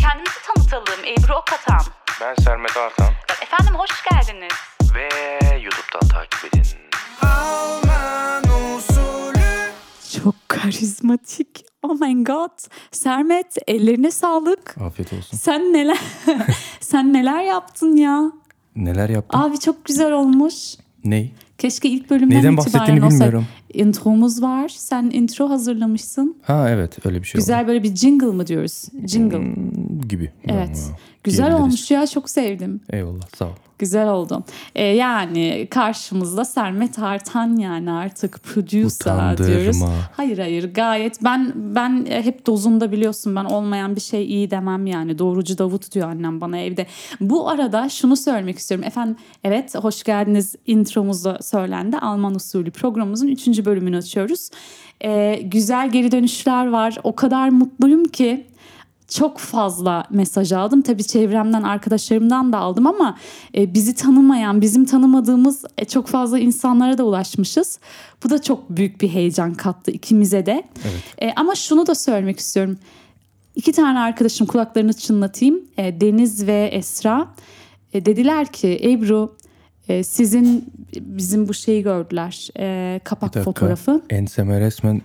kendimizi tanıtalım. Ebru Okatan. Ben Sermet Artan Efendim hoş geldiniz. ve YouTube'dan takip edin. Çok karizmatik. Oh my god. Sermet ellerine sağlık. Afiyet olsun. Sen neler sen neler yaptın ya? Neler yaptın? Abi çok güzel olmuş. Ney? Keşke ilk bölümden Neyden itibaren bahsettiğini olsa- bilmiyorum. Intromuz var. Sen intro hazırlamışsın. Ha evet öyle bir şey Güzel böyle bir jingle mı diyoruz? Jingle. oldu. gibi. Evet. Ha, Güzel Hmm. diyebiliriz. olmuş ya çok sevdim. Eyvallah sağ ol. Güzel oldu. Ee, yani karşımızda Sermet Artan yani artık producer Utandırma. diyoruz. Hayır hayır gayet ben ben hep dozunda biliyorsun ben olmayan bir şey iyi demem yani doğrucu Davut diyor annem bana evde. Bu arada şunu söylemek istiyorum efendim evet hoş geldiniz intromuzda söylendi Alman usulü programımızın 3. bölümünü açıyoruz. Ee, güzel geri dönüşler var o kadar mutluyum ki çok fazla mesaj aldım. Tabii çevremden, arkadaşlarımdan da aldım ama e, bizi tanımayan, bizim tanımadığımız e, çok fazla insanlara da ulaşmışız. Bu da çok büyük bir heyecan kattı ikimize de. E, ama şunu da söylemek istiyorum. İki tane arkadaşım kulaklarını çınlatayım. E, Deniz ve Esra. E, dediler ki Ebru e, sizin bizim bu şeyi gördüler. E, kapak Bir dakika. fotoğrafı. Enseme resmen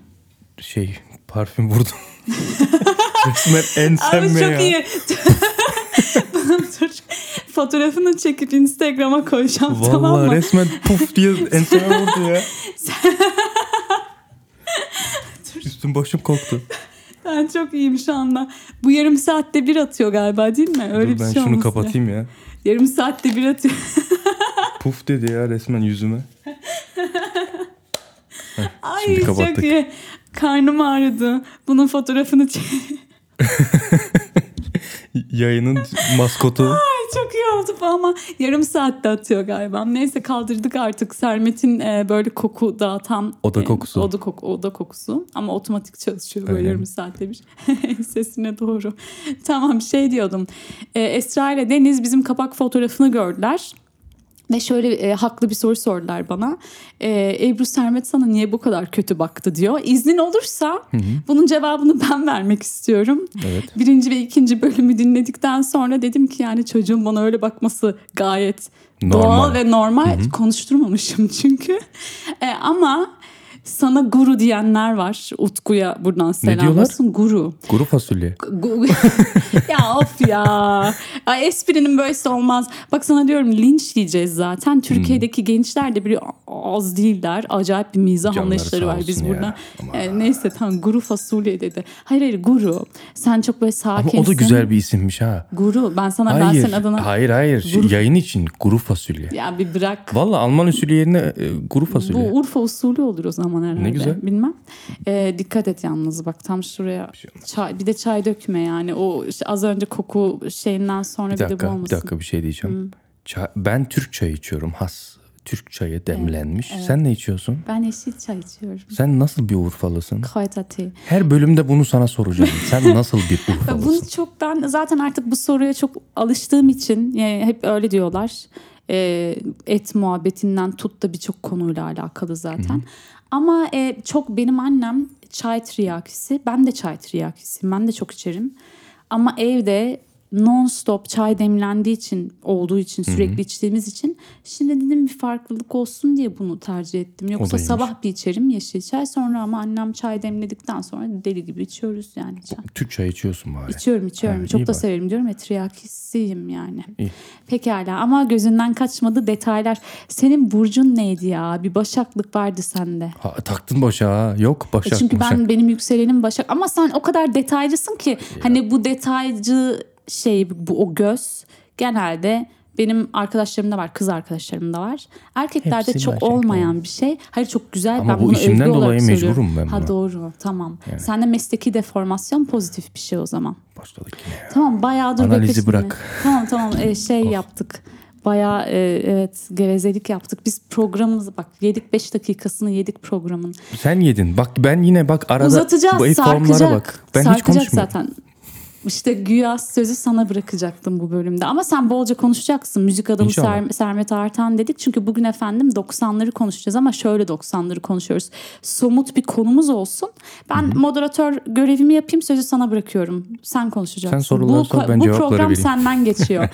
şey parfüm vurdum. resmen Abi çok enseme ya. iyi. Dur. Fotoğrafını çekip Instagram'a koyacağım Vallahi tamam mı? resmen puf diye enseme vurdu ya. Üstüm başım koktu. Ben çok iyiyim şu anda. Bu yarım saatte bir atıyor galiba değil mi? Öyle Dur bir ben şey şunu olması lazım. kapatayım ya. Yarım saatte bir atıyor. Puf dedi ya resmen yüzüme. Ay Şimdi çok kapattık. iyi. Karnım ağrıdı. Bunun fotoğrafını çek. Yayının maskotu. çok iyi oldu bu ama yarım saatte atıyor galiba. Neyse kaldırdık artık Sermet'in e, böyle koku dağıtan Oda e, kokusu. oda koku oda kokusu ama otomatik çalışıyor böyle Öyle mi? yarım saatte bir sesine doğru. tamam şey diyordum. E, Esra ile Deniz bizim kapak fotoğrafını gördüler. Ve şöyle e, haklı bir soru sordular bana. E, Ebru Sermet sana niye bu kadar kötü baktı diyor. İznin olursa bunun cevabını ben vermek istiyorum. Evet. Birinci ve ikinci bölümü dinledikten sonra dedim ki yani çocuğun bana öyle bakması gayet doğal Normal. ve normal. Konuşturmamışım çünkü. E, ama sana guru diyenler var. Utku'ya buradan selam diyorlar? olsun. Guru. Kuru fasulye. Gu- ya of ya. Ay, esprinin böylesi olmaz. Bak sana diyorum linç yiyeceğiz Hmm. zaten. Türkiye'deki gençler de biliyor az değiller. Acayip bir mizah Canları anlayışları sağ var biz olsun ya. burada. Aman. E, neyse tam guru fasulye dedi. Hayır hayır guru. Sen çok böyle Ama sakinsin. o da güzel bir isimmiş ha. Guru ben sana ben Hayır, senin adına. hayır, hayır. Şey, Yayın için kuru fasulye. Ya bir bırak. Valla Alman usulü yerine e, kuru Bu fasulye. Urfa usulü olur o zaman herhalde. Ne güzel. Bilmem. E, dikkat et yalnız bak tam şuraya. şey çay, bir de çay dökme yani. O işte az önce koku şeyinden sonra bir, bir de bu dakika, bir olmasın. Hmm. dakika bir şey diyeceğim. Çay- ben Türk çayı içiyorum. Has Türk çayı demlenmiş. Sen ne içiyorsun? Ben yeşil çay içiyorum. Sen nasıl bir Urfalısın? Kayta tea. Her bölümde bunu sana soracağım. Sen nasıl bir Ya Urfalısın? E, Bunu çok ben zaten artık bu soruya çok alıştığım için yani hep öyle diyorlar. Ee, et muhabbetinden tut da birçok konuyla alakalı zaten. Ama e, çok benim annem çay triyakisi. Ben de çay triyakisiyim. Ben de çok içerim. Ama evde non stop çay demlendiği için olduğu için sürekli içtiğimiz için şimdi dedim bir farklılık olsun diye bunu tercih ettim. Yoksa iyiymiş. sabah bir içerim yeşil çay sonra ama annem çay demledikten sonra deli gibi içiyoruz yani çay. Türk çayı içiyorsun bari. İçiyorum içiyorum. Ha, Çok da iyi bak. severim diyorum. Etriyakisiyim yani. İyi. Pekala ama gözünden kaçmadı detaylar. Senin burcun neydi ya? Bir başaklık vardı sende. Ha, taktın başa ha. Yok E başak Çünkü başak. ben benim yükselenim başak. Ama sen o kadar detaycısın ki hani bu detaycı şey bu o göz genelde benim arkadaşlarımda var, kız arkadaşlarımda var. Erkeklerde Hepsi çok başak, olmayan bir şey. Hayır çok güzel. Ama ben bu bunu işimden övgü olarak dolayı söylüyorum. mecburum ben Ha buna. doğru, tamam. Sende mesleki deformasyon pozitif bir şey o zaman. Başladık yine ya. Tamam bayağı dur Analizi beklesin bırak. beni. Tamam tamam e, şey yaptık. Bayağı e, evet gevezelik yaptık. Biz programımızı bak yedik 5 dakikasını yedik programın. Sen yedin. Bak ben yine bak arada Uzatacağız bu formlara sarkacak. bak. Ben hiç sarkacak konuşmuyorum. zaten. İşte güya sözü sana bırakacaktım bu bölümde. Ama sen bolca konuşacaksın. Müzik adamı İnşallah. Ser- Sermet Artan dedik. Çünkü bugün efendim 90'ları konuşacağız ama şöyle 90'ları konuşuyoruz. Somut bir konumuz olsun. Ben moderatör görevimi yapayım sözü sana bırakıyorum. Sen konuşacaksın. Sen soruları bu, sor, ko- ben bu cevapları program vereyim. senden geçiyor.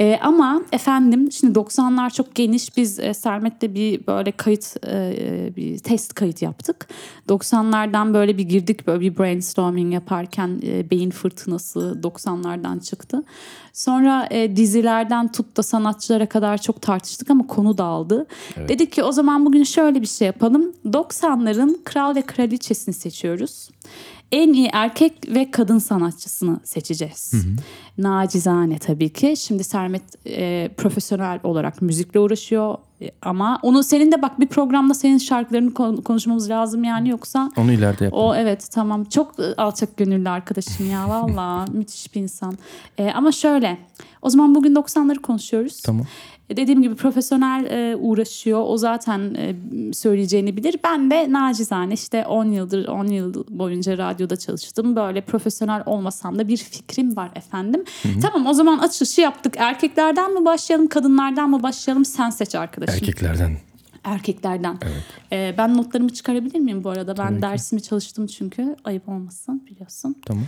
Ee, ama efendim şimdi 90'lar çok geniş. Biz e, Sermet'le bir böyle kayıt e, bir test kayıt yaptık. 90'lardan böyle bir girdik böyle bir brainstorming yaparken e, beyin fırtınası 90'lardan çıktı. Sonra e, dizilerden tut da sanatçılara kadar çok tartıştık ama konu dağıldı. Dedik ki o zaman bugün şöyle bir şey yapalım. 90'ların kral ve kraliçesini seçiyoruz. En iyi erkek ve kadın sanatçısını seçeceğiz. Nacizane tabii ki. Şimdi Sermet e, profesyonel olarak müzikle uğraşıyor. E, Ama onu senin de bak bir programda senin şarkılarını kon- konuşmamız lazım yani yoksa... Onu ileride yapalım. O evet tamam çok e, alçak gönüllü arkadaşım ya valla müthiş bir insan. E, ama şöyle o zaman bugün 90'ları konuşuyoruz. Tamam. E, Dediğim gibi profesyonel e, uğraşıyor. O zaten e, söyleyeceğini bilir. Ben de nacizane işte 10 yıldır 10 yıl boyunca radyoda çalıştım. Böyle profesyonel olmasam da bir fikrim var efendim. Tamam o zaman açılışı yaptık. Erkeklerden mi başlayalım kadınlardan mı başlayalım sen seç arkadaşım. Erkeklerden. Erkeklerden. E, ben notlarımı çıkarabilir miyim bu arada? Ben dersimi çalıştım çünkü. Ayıp olmasın biliyorsun. Tamam.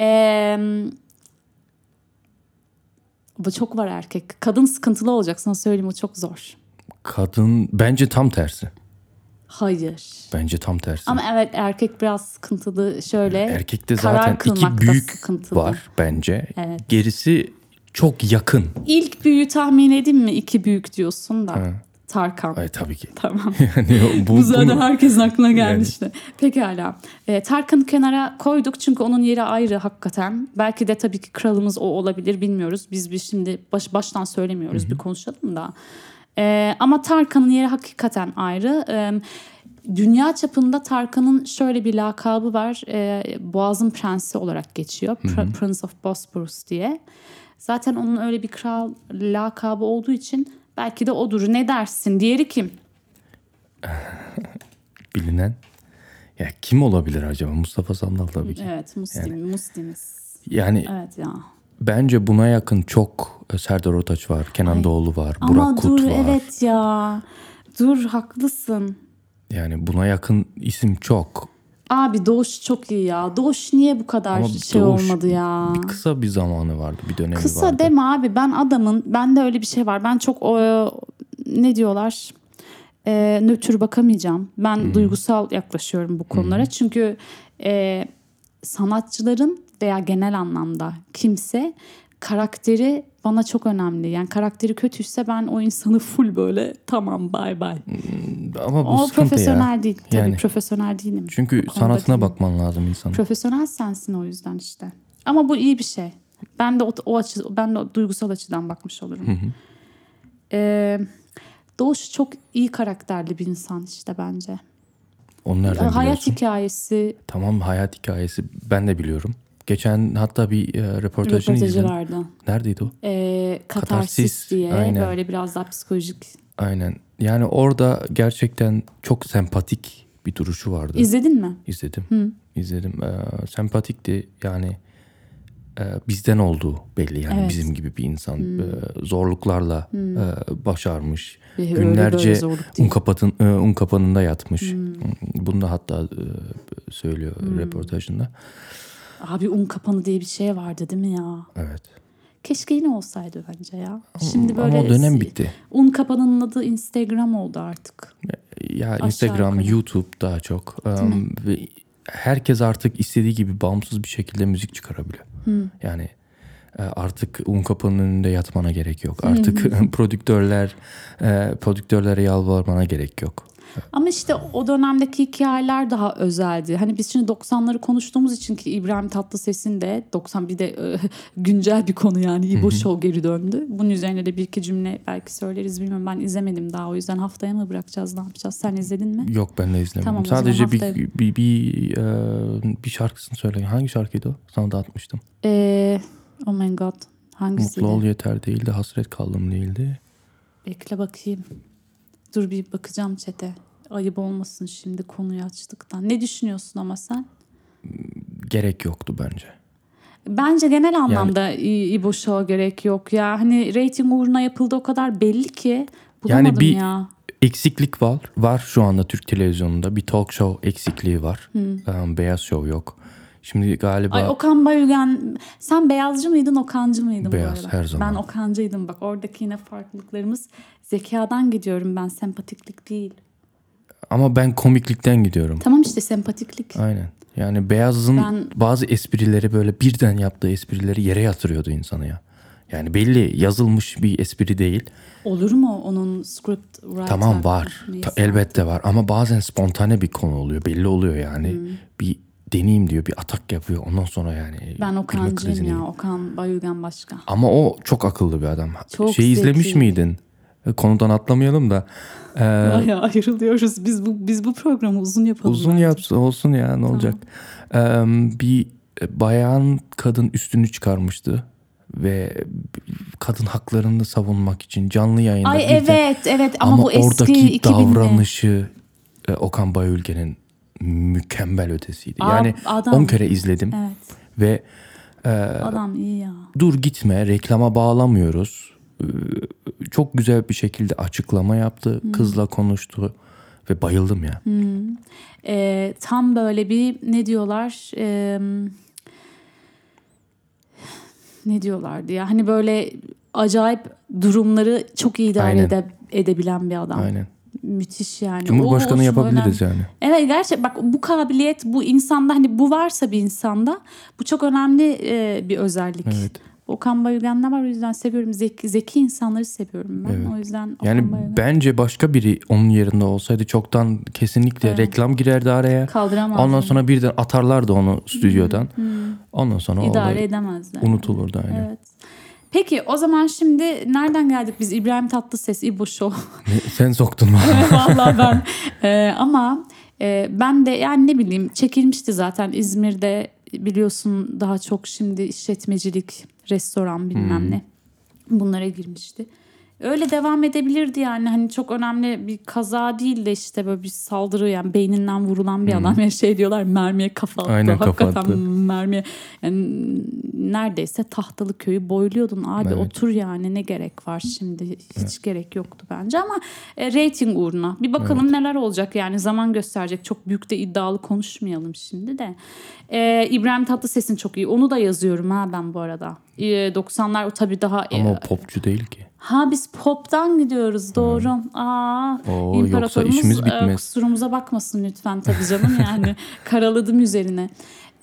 Ee, bu çok var erkek. Kadın sıkıntılı olacak sana söyleyeyim o çok zor. Kadın bence tam tersi. Hayır. Bence tam tersi. Ama evet erkek biraz sıkıntılı şöyle. Erkekte karar zaten iki kılmakta büyük sıkıntılı. var bence. Gerisi çok yakın. İlk büyüğü tahmin edeyim mi? İki büyük diyorsun da. Tarkan. Ay tabii ki. Tamam. Yani o- bu, Bu zaten bunu- herkesin aklına gelmişti. Pekala. Ee, Tarkan'ı kenara koyduk çünkü onun yeri ayrı hakikaten. Belki de tabii ki kralımız o olabilir bilmiyoruz. Biz bir şimdi baş, baştan söylemiyoruz bir konuşalım da. Ee, ama Tarkan'ın yeri hakikaten ayrı. Ee, dünya çapında Tarkan'ın şöyle bir lakabı var. Ee, Boğaz'ın prensi olarak geçiyor. Pr- Prince of Bosporus diye. Zaten onun öyle bir kral lakabı olduğu için belki de odur. Ne dersin? Diğeri kim? bilinen. Ya kim olabilir acaba? Mustafa Sandal tabii ki. Evet Muslim, Muslimiz. Yani Evet ya. bence buna yakın çok e, Serdar Ortaç var, Kenan Doğulu var, Burak Ama Kut dur var. evet ya. Dur haklısın. Yani buna yakın isim çok. Abi Doğuş çok iyi ya. Doğuş niye bu kadar Ama şey Doğuş olmadı ya? Bir kısa bir zamanı vardı, bir dönemi Kısa vardı. deme abi. Ben adamın bende öyle bir şey var. Ben çok o, ne diyorlar? E, nötr bakamayacağım. Ben duygusal yaklaşıyorum bu konulara. Çünkü e, sanatçıların veya genel anlamda kimse karakteri bana çok önemli. Yani karakteri kötüyse ben o insanı full böyle tamam bay bay. Ama bu O sıkıntı profesyonel ya. değil. Tabii Yani. profesyonel değilim. Çünkü Bu konuda sanatına değilim. bakman lazım insanın. Profesyonel sensin o yüzden işte. Ama bu iyi bir şey. Ben de o, o açı, ben de o duygusal açıdan bakmış olurum. Ee, Doğuş çok iyi karakterli bir insan işte bence. Onu nereden Hayat biliyorsun? hikayesi Tamam hayat hikayesi ben de biliyorum. Geçen hatta bir e, röportajını röportajı izledim. vardı. Neredeydi o? Ee, katarsis, Katarsis, diye aynen. böyle biraz daha psikolojik. Aynen. Yani orada gerçekten çok sempatik bir duruşu vardı. İzledin mi? İzledim. İzledim. Ee, sempatikti. Yani e, bizden olduğu belli. Yani Evet. bizim gibi bir insan. Ee, zorluklarla e, başarmış. Ve öyle Günlerce böyle zorluk değil. un, kapatın, e, un kapanında yatmış. Bunu da hatta e, söylüyor röportajında. Abi un kapanı diye bir şey vardı değil mi ya? Evet. Keşke yine olsaydı bence ya. Şimdi böyle Ama o dönem bitti. Un kapanının adı Instagram oldu artık. Ya Instagram, yukarı. YouTube daha çok. Ee, ve herkes artık istediği gibi bağımsız bir şekilde müzik çıkarabiliyor. Yani e, artık un kapının önünde yatmana gerek yok. Artık prodüktörler e, prodüktörlere yalvarmana gerek yok. Ama işte o dönemdeki hikayeler daha özeldi. Hani biz şimdi 90'ları konuştuğumuz için ki İbrahim Tatlıses'in de 90 bir de e, güncel bir konu yani İbo Show geri döndü. Bunun üzerine de bir iki cümle belki söyleriz bilmiyorum ben izlemedim daha o yüzden haftaya mı bırakacağız ne yapacağız sen izledin mi? Yok ben de izlemedim. Tamam, o zaman Sadece bir, haftaya- bir bir e, bir şarkısını söyle. Hangi şarkıydı o? Sana da atmıştım. Ee, oh my god hangisiydi? Mutlu ol yeter değildi, hasret kaldım değildi. Bekle bakayım. Dur bir bakacağım çete. Ayıp olmasın şimdi konuyu açtıktan. Ne düşünüyorsun ama sen? Gerek yoktu bence. Bence genel anlamda İ- İbo Show'a gerek yok ya. Hani reyting uğruna yapıldı o kadar belli ki. Bulamadım Yani bir- ya. Eksiklik var. Var şu anda Türk televizyonunda. Bir talk show eksikliği var. Ee, Beyaz show yok. Şimdi galiba Ay Okan Bayülgen sen beyazcı mıydın Okancı mıydın Beyaz, bu arada? her zaman. Ben Okancıydım bak oradaki yine farklılıklarımız zekadan gidiyorum ben sempatiklik değil. ama ben komiklikten gidiyorum. Tamam işte sempatiklik. Aynen. Yani Beyaz'ın Ben- bazı esprileri böyle birden yaptığı esprileri yere yatırıyordu insanı ya. Yani belli yazılmış bir espri değil. Olur mu onun script writer? Tamam var. Ta- Neyse. elbette var ama bazen spontane bir konu oluyor. Belli oluyor yani. Bir deneyim diyor, bir atak yapıyor. Ondan sonra yani Ben gülme Okancıyım krizine ya. Okan Bayülgen başka. Ama o çok akıllı bir adam. Çok şey izlemiş zeki. miydin? E, Konudan atlamayalım da. E, Baya ayrılıyoruz. Biz bu biz bu programı uzun yapalım. uzun bence. yapsın olsun ya ne olacak? E, bir bayan kadın üstünü çıkarmıştı ve kadın haklarını savunmak için canlı yayında Ay bir tek- evet evet ama, ama bu eski oradaki 2000'li. davranışı e, Okan Bayülgen'in mükemmel ötesiydi. Ab- yani adam. 10 kere izledim Evet. ve Ee, Adam iyi ya. dur gitme reklama bağlamıyoruz. Ee, Çok güzel bir şekilde açıklama yaptı. Kızla konuştu ve bayıldım ya. Ee, tam böyle bir ne diyorlar Ee, ne diyorlardı ya hani böyle acayip durumları çok iyi idare Aynen. ede- edebilen bir adam. Aynen. Müthiş yani. Cumhurbaşkanı O- o yapabiliriz önemli. yani. Evet gerçek bak bu kabiliyet bu insanda hani bu varsa bir insanda bu çok önemli e, bir özellik. Evet. Okan Bayülgen'den var o yüzden seviyorum. Zeki, zeki insanları seviyorum ben. Evet. O yüzden Okan Yani Bayülgen bence başka biri onun yerinde olsaydı çoktan kesinlikle reklam girerdi araya. kaldıramazdım. Ondan sonra birden atarlardı onu stüdyodan. Ondan sonra o idare olay edemezler. unutulurdu aynen. Evet. Peki o zaman şimdi nereden geldik biz İbrahim Tatlıses İbo Show. Sen soktun bana. Vallahi ben e, ama e, ben de yani ne bileyim çekilmişti zaten İzmir'de biliyorsun daha çok şimdi işletmecilik, restoran bilmem Hmm. ne bunlara girmişti. Öyle devam edebilirdi yani hani çok önemli bir kaza değil de işte böyle bir saldırı yani beyninden vurulan bir adam ya şey diyorlar mermiye kafa attı. Hmm. Aynen, kafa Hakikaten attı. mermiye yani neredeyse tahtalı köyü boyluyordun abi Evet. otur yani ne gerek var şimdi hiç gerek yoktu bence ama e, reyting uğruna bir bakalım neler olacak yani zaman gösterecek çok büyük de iddialı konuşmayalım şimdi de E, İbrahim Tatlıses'in çok iyi onu da yazıyorum ha ben bu arada E, 90'lar o tabii daha e, Ama o popçu değil ki. Ha biz pop'tan gidiyoruz doğru. Aa, Oo, yoksa imparatorumuz işimiz bitmez. e, kusurumuza bakmasın lütfen tabii canım yani. Karaladım üzerine.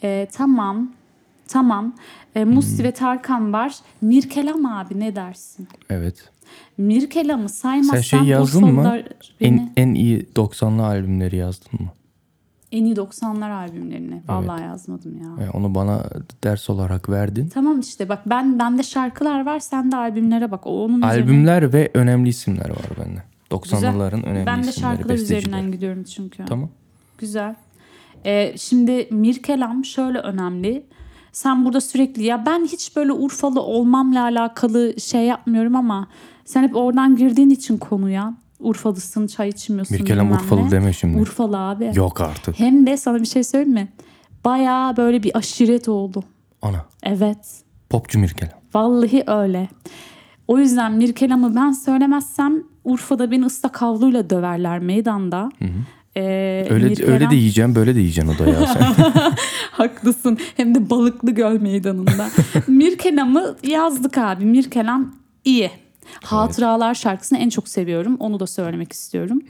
E, tamam. Tamam. E, Musti Hmm. ve Tarkan var. Mirkelam abi ne dersin? Evet. Mirkelam'ı saymazsan Sen şey yazdın mı? Urfalılar beni- En, en iyi 90'lı albümleri yazdın mı? en iyi 90'lar albümlerini. Vallahi yazmadım ya. Yani E, onu bana ders olarak verdin. Tamam işte bak ben bende şarkılar var sen de albümlere bak. O onun üzerine- Albümler ve önemli isimler var bende. 90'lıların Güzel. önemli Ben de isimleri, şarkılar besteciler. üzerinden gidiyorum çünkü. Tamam. Güzel. Ee, şimdi Mirkelam şöyle önemli. Sen burada sürekli ya ben hiç böyle Urfalı olmamla alakalı şey yapmıyorum ama sen hep oradan girdiğin için konuya. Urfalısın, çay içmiyorsun. Mirkelam bilmem Urfalı ne. deme şimdi. Urfalı abi. Yok artık. Hem de sana bir şey söyleyeyim mi? Bayağı böyle bir aşiret oldu. Ana. Evet. Popçu Mirkelam. Vallahi öyle. O yüzden Mirkelam'ı ben söylemezsem Urfa'da beni ıslak havluyla döverler meydanda. Ee, Öyle öyle Mirkelam- de yiyeceğim, böyle de yiyeceğim o da ya sen. Haklısın. Hem de Balıklı Göl Meydanı'nda. Mirkelam'ı yazdık abi. Mirkelam iyi. Hatıralar şarkısını en çok seviyorum. Onu da söylemek istiyorum.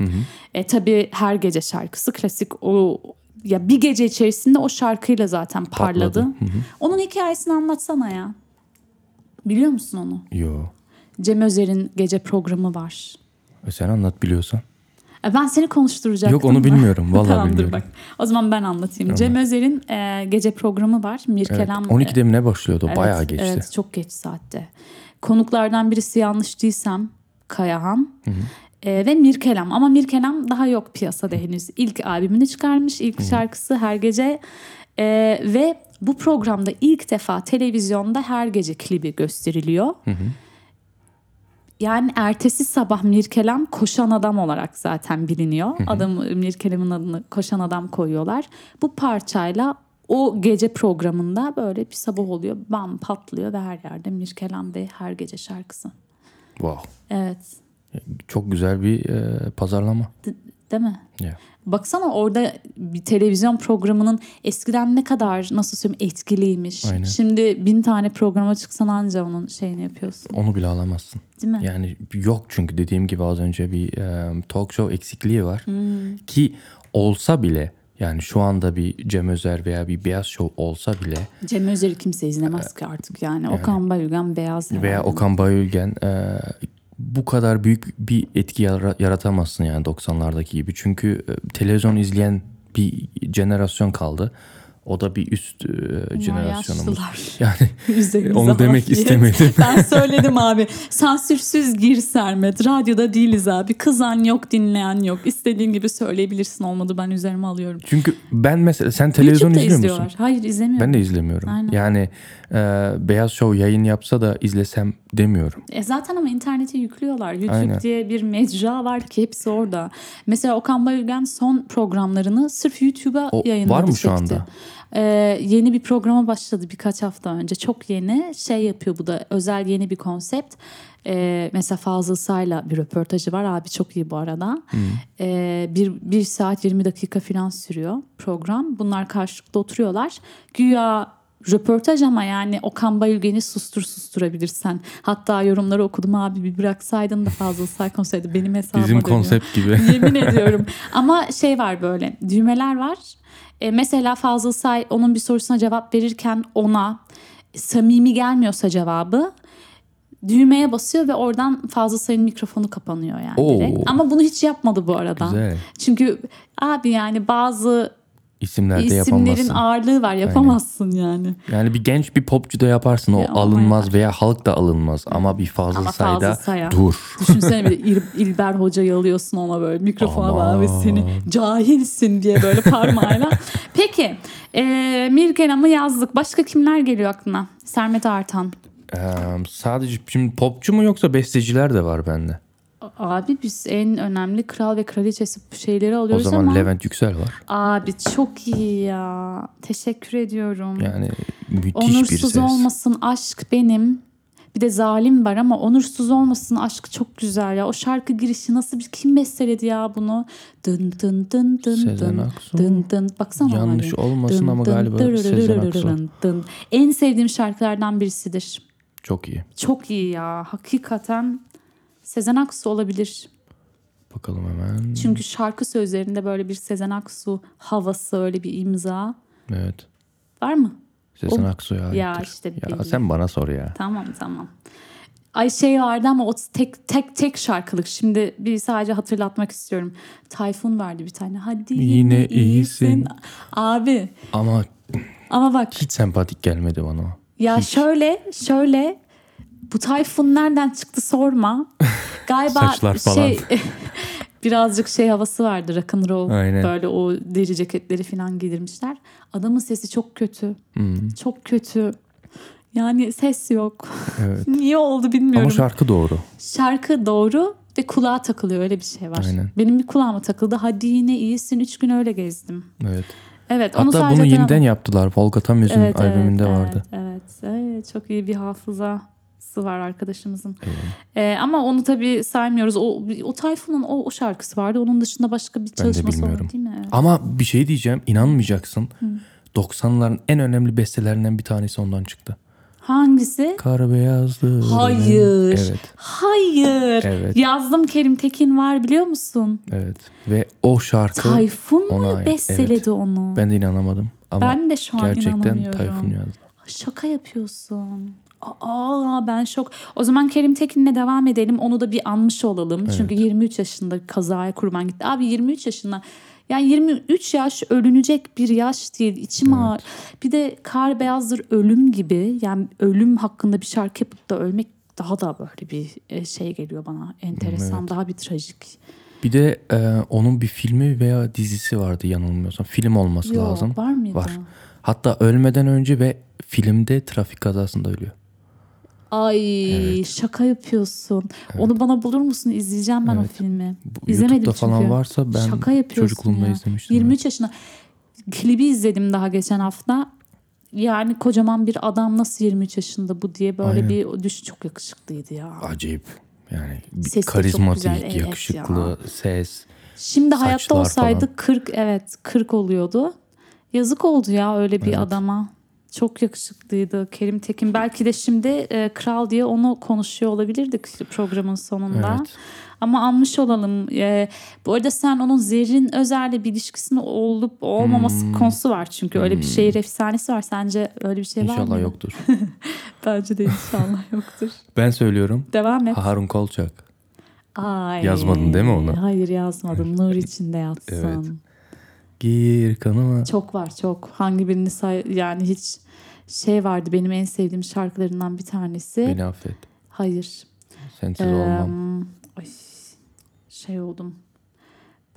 E, tabii her gece şarkısı klasik o ya bir gece içerisinde o şarkıyla zaten parladı. Patladı. Onun hikayesini anlatsana ya. Biliyor musun onu? Yo. Cem Özer'in gece programı var. E Sen anlat biliyorsan. E, Ben seni konuşturacaktım. Yok, onu da. bilmiyorum. Vallahi Tamam, dur bilmiyorum. bak. O zaman ben anlatayım. Cem Özer'in e, gece programı var. e, Evet. Mirkelam. 12'de mi ne başlıyordu? Evet, Bayağı geçti. Evet çok geç saatte. Konuklardan birisi yanlış değilsem Kayahan e, ve Mirkelam. Ama Mirkelam daha yok piyasada henüz. İlk albümünü çıkarmış. ilk şarkısı her gece. E, ve bu programda ilk defa televizyonda her gece klibi gösteriliyor. Yani ertesi sabah Mirkelam koşan adam olarak zaten biliniyor. Adam Mirkelam'ın adını koşan adam koyuyorlar. Bu parçayla o gece programında böyle bir sabah oluyor. Bam patlıyor ve her yerde Mirkelam Bey her gece şarkısı. Wow. Evet. Çok güzel bir e, pazarlama. Değil mi? Ya. Baksana orada bir televizyon programının eskiden ne kadar nasıl söyleyeyim etkiliymiş. Aynen. Şimdi bin tane programa çıksan anca onun şeyini yapıyorsun. Onu bile alamazsın. Değil mi? Yani yok çünkü dediğim gibi az önce bir e, talk show eksikliği var. Hmm. Ki olsa bile yani şu anda bir Cem Özer veya bir Beyaz Show olsa bile Cem Özer'i kimse izlemez ki artık yani. Okan Bayülgen beyaz. veya herhalde. Okan Bayülgen e, bu kadar büyük bir etki yara- yaratamazsın yani 90'lardaki gibi. Çünkü e, televizyon izleyen bir jenerasyon kaldı. O da bir üst e, jenerasyonumuz. yaşlılar. Yani e, Üzerimize Onu demek hafif. istemedim. ben söyledim abi. Sansürsüz gir Sermet. Radyoda değiliz abi. Kızan yok, dinleyen yok. İstediğin gibi söyleyebilirsin olmadı ben üzerime alıyorum. çünkü ben mesela sen televizyon YouTube'da izliyor izliyorlar. musun? Hayır izlemiyorum. Ben de izlemiyorum. Aynen. Yani e, Beyaz Show yayın yapsa da izlesem demiyorum. E zaten ama internete yüklüyorlar. YouTube Aynen. diye bir mecra var ki hepsi orada. Mesela Okan Bayülgen son programlarını sırf YouTube'a O yayınladı. var mı şu çekti. anda? E, yeni bir programa başladı birkaç hafta önce. Çok yeni şey yapıyor bu da özel yeni bir konsept. E, mesela Fazıl Say'la bir röportajı var. Abi çok iyi bu arada. Hmm. E, bir, bir saat 20 dakika falan sürüyor program. Bunlar karşılıklı oturuyorlar. Güya röportaj ama yani Okan Bayülgen'i sustur susturabilirsen. Hatta yorumları okudum abi bir bıraksaydın da fazla say konseydi benim hesabıma Bizim dönüyor. konsept gibi. Yemin ediyorum. Ama şey var böyle düğmeler var. E, mesela Fazıl Say onun bir sorusuna cevap verirken ona samimi gelmiyorsa cevabı düğmeye basıyor ve oradan Fazıl Say'ın mikrofonu kapanıyor yani Oo. direkt. Ama bunu hiç yapmadı bu arada. Güzel. Çünkü abi yani bazı İsimlerde isimlerin yapamazsın. ağırlığı var yapamazsın yani. Yani bir genç bir popçu da yaparsın o Ya, o alınmaz veya halk da alınmaz ama bir Fazıl Ama Fazıl Say'da Say'a. dur. Düşünsene bir de İl- İlber Hoca'yı alıyorsun ona böyle mikrofona Aman. bağlı seni cahilsin diye böyle parmağıyla. Peki e, Mirkelam'ı yazdık. Başka kimler geliyor aklına? Sermet Artan. Ee, sadece şimdi popçu mu yoksa besteciler de var bende. A- Abi biz en önemli kral ve kraliçesi şeyleri O alıyoruz zaman ama Levent Yüksel var. abi çok iyi ya. Teşekkür ediyorum. Yani müthiş bir ses. Onursuz olmasın aşk benim. Bir de zalim var ama onursuz olmasın aşk çok güzel ya. O şarkı girişi nasıl bir kim besteledi ya bunu? Dın dın dın dın Sezen dın. Aksu. Dın dın. Baksana Yanlış abi. olmasın ama galiba Sezen Aksu. dırırırırırın dın. En sevdiğim şarkılardan birisidir. Çok iyi. Çok iyi ya. Hakikaten Sezen Aksu olabilir. Bakalım hemen. Çünkü şarkı sözlerinde böyle bir Sezen Aksu havası öyle bir imza Evet. var mı? Sezen O- Aksu'ya aittir. Ya işte ya bildim. sen bana sor ya. Tamam tamam. Ay şey vardı ama o tek tek tek şarkılık. Şimdi bir sadece hatırlatmak istiyorum. Tayfun vardı bir tane. Hadi yine, Yine iyisin. iyisin. Abi Ama ama bak hiç sempatik gelmedi bana o. ya şöyle şöyle bu Tayfun nereden çıktı sorma. Galiba Saçlar falan. şey birazcık şey havası vardı rock and roll. Aynen. Böyle o deri ceketleri falan giydirmişler. Adamın sesi çok kötü. Çok kötü. Yani ses yok. Evet. Niye oldu bilmiyorum. Ama şarkı doğru. şarkı doğru ve kulağa takılıyor öyle bir şey var. Aynen. Benim bir kulağıma takıldı. Hadi yine iyisin. Üç gün öyle gezdim. Evet. Evet. onu Hatta sadece bunu hatırlam- yeniden yaptılar. Volga Tamüz'ün Evet, evet, albümünde evet, vardı. Evet, evet. Çok iyi bir hafızası var arkadaşımızın. Ee, ama onu tabii saymıyoruz. O, o Tayfun'un o, o şarkısı vardı. Onun dışında başka bir çalışması var bilmiyorum. değil mi? Evet. Ama bir şey diyeceğim. inanmayacaksın. 90'ların en önemli bestelerinden bir tanesi ondan çıktı. Hangisi? Kar beyazdı. Hayır. Evet. Hayır. Evet. Yazdım Kerim Tekin var biliyor musun? Evet. Ve o şarkı Tayfun ona mu ait, besteledi evet. onu? ben de inanamadım. Ama Ben de şu an gerçekten inanamıyorum. Tayfun yazdı. Şaka yapıyorsun. Aa ben şok. O zaman Kerim Tekin'le devam edelim. Onu da bir anmış olalım. Çünkü 23 yaşında kazaya kurban gitti. Abi 23 yaşında. Yani 23 yaş ölünecek bir yaş değil. İçim ağır. Bir de kar beyazdır ölüm gibi. Yani ölüm hakkında bir şarkı yapıp da ölmek daha da böyle bir e, şey geliyor bana. Enteresan, daha bir trajik. Bir de e, onun bir filmi veya dizisi vardı yanılmıyorsam. Film olması Yok, lazım. var mıydı? Var. Hatta ölmeden önce ve filmde trafik kazasında ölüyor. Ay şaka yapıyorsun. Onu bana bulur musun? İzleyeceğim ben o filmi. Bu İzlemedim YouTube'da falan çünkü. varsa ben Şaka yapıyorsun çocukluğumda ya. izlemiştim. 23 yaşında. Klibi izledim daha geçen hafta. Yani kocaman bir adam nasıl 23 yaşında bu diye böyle Aynen. bir düş çok yakışıklıydı ya. Acayip. Yani bir Sesi de çok karizmatik, güzel, evet yakışıklı, ses. Şimdi hayatta Saçlar olsaydı falan. 40 evet 40 oluyordu. Yazık oldu ya öyle bir Evet. adama. Çok yakışıklıydı Kerim Tekin. Belki de şimdi e, kral diye onu konuşuyor olabilirdik programın sonunda. Evet. Ama anmış olalım. E, bu arada sen onun Zerrin Özer'le bir ilişkisinin olup Hmm. olmaması konusu var çünkü. Öyle bir şehir efsanesi var. Sence öyle bir şey var mı? İnşallah yoktur. Bence de inşallah yoktur. Ben söylüyorum. Devam et. Harun Kolçak. Ay. Yazmadın değil mi onu? Hayır yazmadım. Nur içinde yatsın. Evet. Gir kanıma. Çok var çok. Hangi birini say yani hiç şey vardı benim en sevdiğim şarkılarından bir tanesi. Beni affet. Hayır. Sensiz olmam. Em, ay, şey oldum.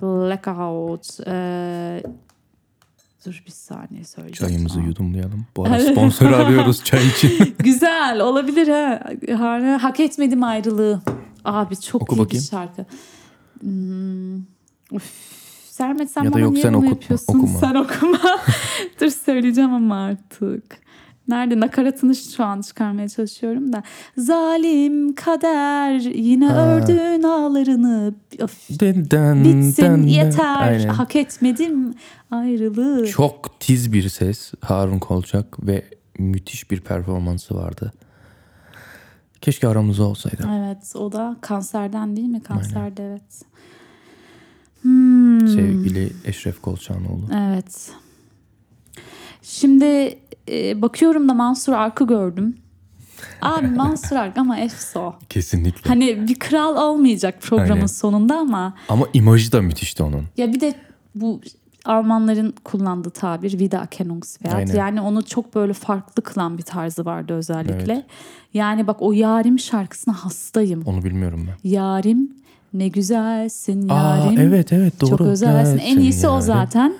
Blackout. e, Ee, dur bir saniye söyleyeceğim. Çayımızı sana. yudumlayalım. Bu ara sponsoru arıyoruz çay için. Güzel olabilir ha. Ha- Hak etmedim ayrılığı. Abi çok Oku iyi bakayım. bir şarkı. Hmm. Üf. Sermet sen Ya da bana yok, niye sen bunu okutma, yapıyorsun? okuma. Sen okuma. Dur söyleyeceğim ama artık. Nerede nakaratını şu an çıkarmaya çalışıyorum da. Zalim kader yine Ha. ördün ağlarını. Öf, Den, den, bitsin den, den. yeter. Aynen. Hak etmedim ayrılığı. Çok tiz bir ses Harun Kolçak ve müthiş bir performansı vardı. Keşke aramızda olsaydı. Evet o da kanserden değil mi? Kanserde evet. Hmm, Şey- Sevgili Eşref Kolçanoğlu. Evet. Şimdi e, bakıyorum da Mansur Ark'ı gördüm. Abi Mansur Ark ama efso. Kesinlikle. Hani bir kral olmayacak programın Aynen. sonunda ama Ama imajı da müthişti onun. ya bir de bu Almanların kullandığı tabir Wiedererkennungswert. Aynen. Yani onu çok böyle farklı kılan bir tarzı vardı özellikle. Yani bak o Yarim şarkısına hastayım. Onu bilmiyorum ben. Yarim ne güzelsin Aa, yarim. evet evet doğru. Çok özelsin. Evet, en iyisi yani. o zaten.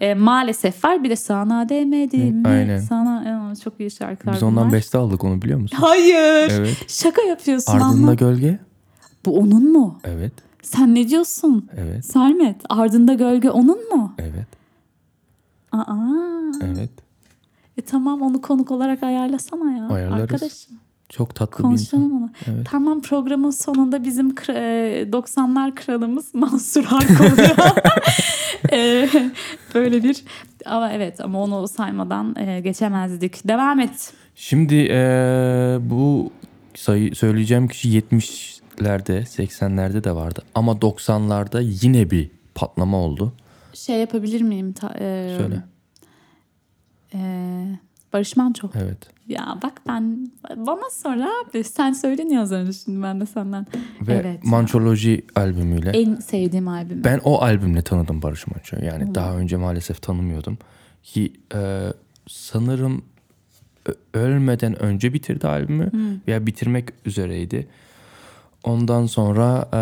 E, maalesef var. Bir de sana demedim mi? Aynen. Sana e, çok iyi şarkılar Biz ondan bunlar. beste aldık onu biliyor musun? Hayır. Evet. Şaka yapıyorsun Ardında anlam. gölge. Bu onun mu? Evet. Sen ne diyorsun? Evet. Sermet ardında gölge onun mu? Evet. Aa. Evet. E, tamam onu konuk olarak ayarlasana ya. Ayarlarız. Arkadaşım Çok tatlı bir insan. konuşalım onu. Evet. Tamam programın sonunda bizim kra- e, 90'lar kralımız Mansur Ark oluyor. E, böyle bir ama evet ama onu saymadan e, geçemezdik. Devam et. Şimdi eee, bu sayı söyleyeceğim kişi 70'lerde, 80'lerde de vardı ama 90'larda yine bir patlama oldu. Şey yapabilir miyim? Ta- e, Söyle. e, Barış Manço. Evet. Ya bak ben bana sor abi. Sen söyledin ya az önce şimdi ben de senden. Ve Evet. E- Mançoloji albümüyle. En sevdiğim albüm. Ben o albümle tanıdım Barış Manço'yu. Yani daha önce maalesef tanımıyordum. Ki e, sanırım ö- ölmeden önce bitirdi albümü veya bitirmek üzereydi. Ondan sonra e,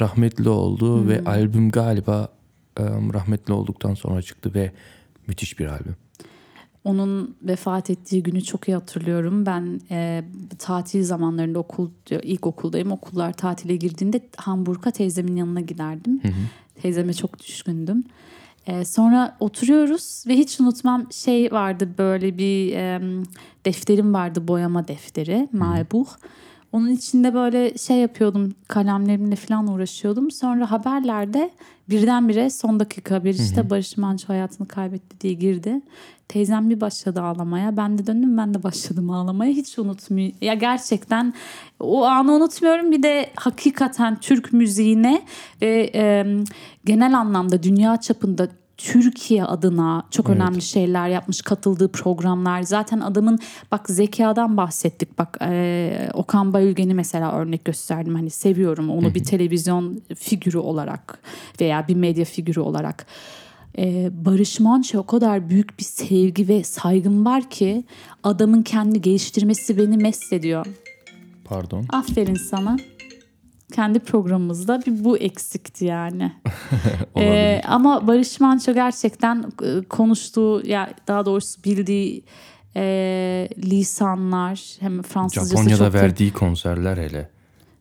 rahmetli oldu ve albüm galiba e, rahmetli olduktan sonra çıktı ve müthiş bir albüm. Onun vefat ettiği günü çok iyi hatırlıyorum. Ben e, tatil zamanlarında okul ilk okuldayım. Okullar tatile girdiğinde Hamburg'a teyzemin yanına giderdim. Teyzeme çok düşkündüm. E, sonra oturuyoruz ve hiç unutmam şey vardı böyle bir e, defterim vardı boyama defteri Malbuch. Onun içinde böyle şey yapıyordum kalemlerimle falan uğraşıyordum. Sonra haberlerde birdenbire son dakika haber işte Barış Manço hayatını kaybetti diye girdi. Teyzem bir başladı ağlamaya. Ben de döndüm ben de başladım ağlamaya. Hiç unutmuyorum. Ya gerçekten o anı unutmuyorum. Bir de hakikaten Türk müziğine ve e, genel anlamda dünya çapında Türkiye adına çok önemli şeyler yapmış katıldığı programlar zaten adamın bak zekadan bahsettik bak e, Okan Bayülgen'i mesela örnek gösterdim hani seviyorum onu bir televizyon figürü olarak veya bir medya figürü olarak e, Barış Manço o kadar büyük bir sevgi ve saygım var ki adamın kendini geliştirmesi beni mest ediyor Pardon. aferin sana kendi programımızda bir bu eksikti yani Olabilir. ee, ama Barış Manço gerçekten e, konuştuğu ya daha doğrusu bildiği e, lisanlar hem Fransızcası Japonya'da çok da- verdiği konserler hele.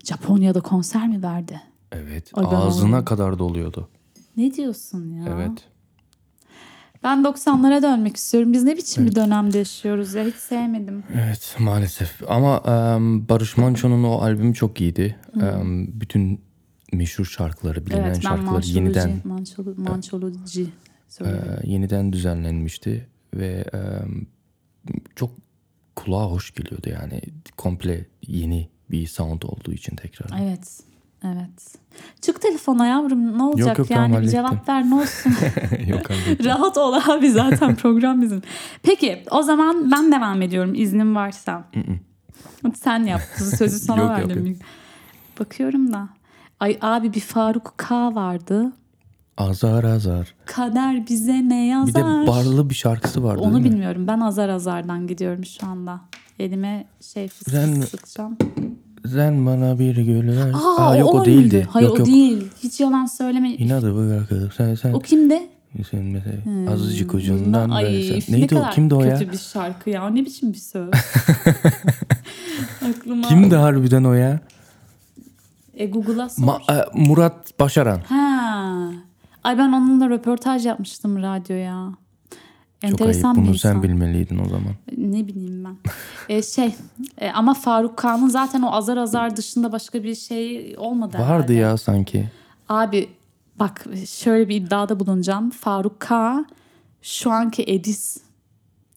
Japonya'da konser mi verdi? Evet. Ay ben ağzına ağladım. kadar doluyordu. Ne diyorsun ya? Evet. Ben 90'lara dönmek istiyorum. Biz ne biçim bir dönemde yaşıyoruz ya hiç sevmedim. Evet maalesef ama em, Barış Manço'nun o albümü çok iyiydi. Em, bütün meşhur şarkıları, bilinen Evet ben şarkıları mançoloji, yeniden mançolo- mançoloji e, söyledim. yeniden düzenlenmişti ve em, çok kulağa hoş geliyordu yani komple yeni bir sound olduğu için tekrar. Evet. Evet. Çık telefona yavrum ne olacak yok, tamam, yani bir hallettim. cevap ver ne olsun. Yok abi. Rahat ol abi zaten program bizim. Peki o zaman ben devam ediyorum iznim varsa. Sen yap sözü sana Yok, verdim. yapıyorum. Bakıyorum da. Ay abi bir Faruk K vardı. Azar azar. Kader bize ne yazar? Bir de barlı bir şarkısı vardı Onu değil mi? bilmiyorum. Ben azar azardan gidiyorum şu anda. Elime şey fıstık Sen- sıkacağım. Sen bana bir gül ver. Aa, Aa, yok o muydu? değildi. Hayır yok o yok. değil. Hiç yalan söyleme. İnadı bu arkadaş. Sen sen O kimdi? sen mesela azıcık ucundan Ay, böyle sen. ne Neydi o? kadar Kimdi o ya? Kötü bir şarkı ya. Ne biçim bir söz. Aklıma. Kimdi harbiden o ya? E Google'a sor. Ma- e, Murat Başaran. ha. Ay ben onunla röportaj yapmıştım radyoya. Çok Enteresan ayıp. Bunu bir insan. sen bilmeliydin o zaman. ne bileyim ben. E, şey e, ama Faruk Kağan'ın zaten o azar azar dışında başka bir şey olmadı. Vardı herhalde. ya sanki. Abi bak şöyle bir iddiada bulunacağım. Faruk K şu anki Edis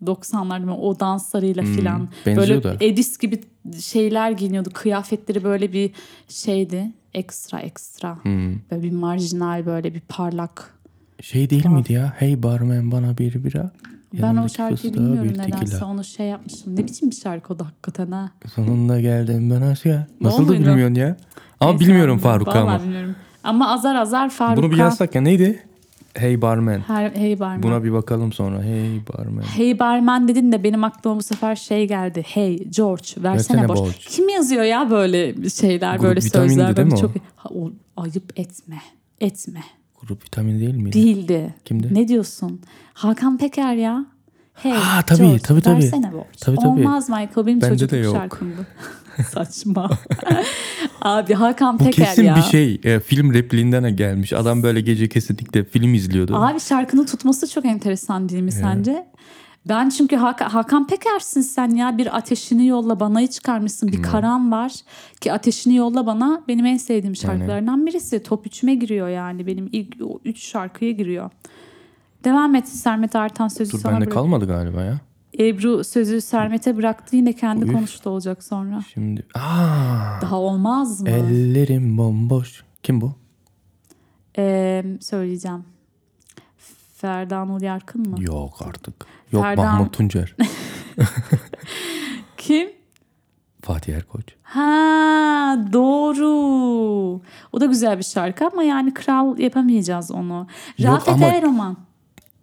90'larda mı? o danslarıyla Hmm, filan. Böyle benziyor da. Edis gibi şeyler giyiniyordu. Kıyafetleri böyle bir şeydi. Ekstra ekstra. Hmm. Böyle bir marjinal böyle bir parlak. Şey değil miydi ya? Hey barman bana bir bira. ben o Yanındaki şarkıyı fıstığa bilmiyorum bir nedense tekila. onu şey yapmışım. Ne biçim bir şarkı o da hakikaten ha. Sonunda geldim ben aşka. Nasıl da muydu? bilmiyorsun ya? Ama Neyse, bilmiyorum ben- Faruk vallahi ama. bilmiyorum. Ama azar azar Faruk Bunu bir K- yazsak ya neydi? Hey barman. Her, hey barman. Buna bir bakalım sonra. Hey barman. Hey barman dedin de benim aklıma bu sefer şey geldi. Hey George versene, Versene borç. borç. Kim yazıyor ya böyle şeyler Grup böyle Vitamin'di sözler değil böyle mi o? çok Ha, o- ayıp etme. Etme. Grup vitamini değil miydi? Değildi. Kimdi? Ne diyorsun? Hakan Peker ya. Hey Ha, tabii, George tabii, tabii. versene borç. Tabii, tabii. Olmaz Michael benim Bende çocukluk de yok. şarkımdı. Saçma. Abi Hakan Bu Peker kesin ya. bir şey. e, film repliğinden gelmiş. Adam böyle gece kesinlikle film izliyordu. Abi şarkının tutması çok enteresan değil mi sence? Ben çünkü Hakan, Hakan Peker'sin sen ya bir ateşini yolla bana'yı çıkarmışsın Hmm. bir karan var ki ateşini yolla bana benim en sevdiğim şarkılarından birisi top üçüme giriyor yani benim ilk o üç şarkıya giriyor. Devam et Sermet Artan sözü Dur sana bende bırak. kalmadı galiba ya. Ebru sözü Sermet'e bıraktı yine kendi Üf. konuştu olacak sonra. Şimdi. Aa, Daha olmaz mı? ellerim bomboş. Kim bu? Ee, söyleyeceğim. Ferda Nur Yarkın mı? Yok artık. Yok Ferdan- Mahmut Tuncer. Kim? Fatih Erkoç. Ha doğru. O da güzel bir şarkı ama yani kral yapamayacağız onu. Yok Rafet ama- Erroman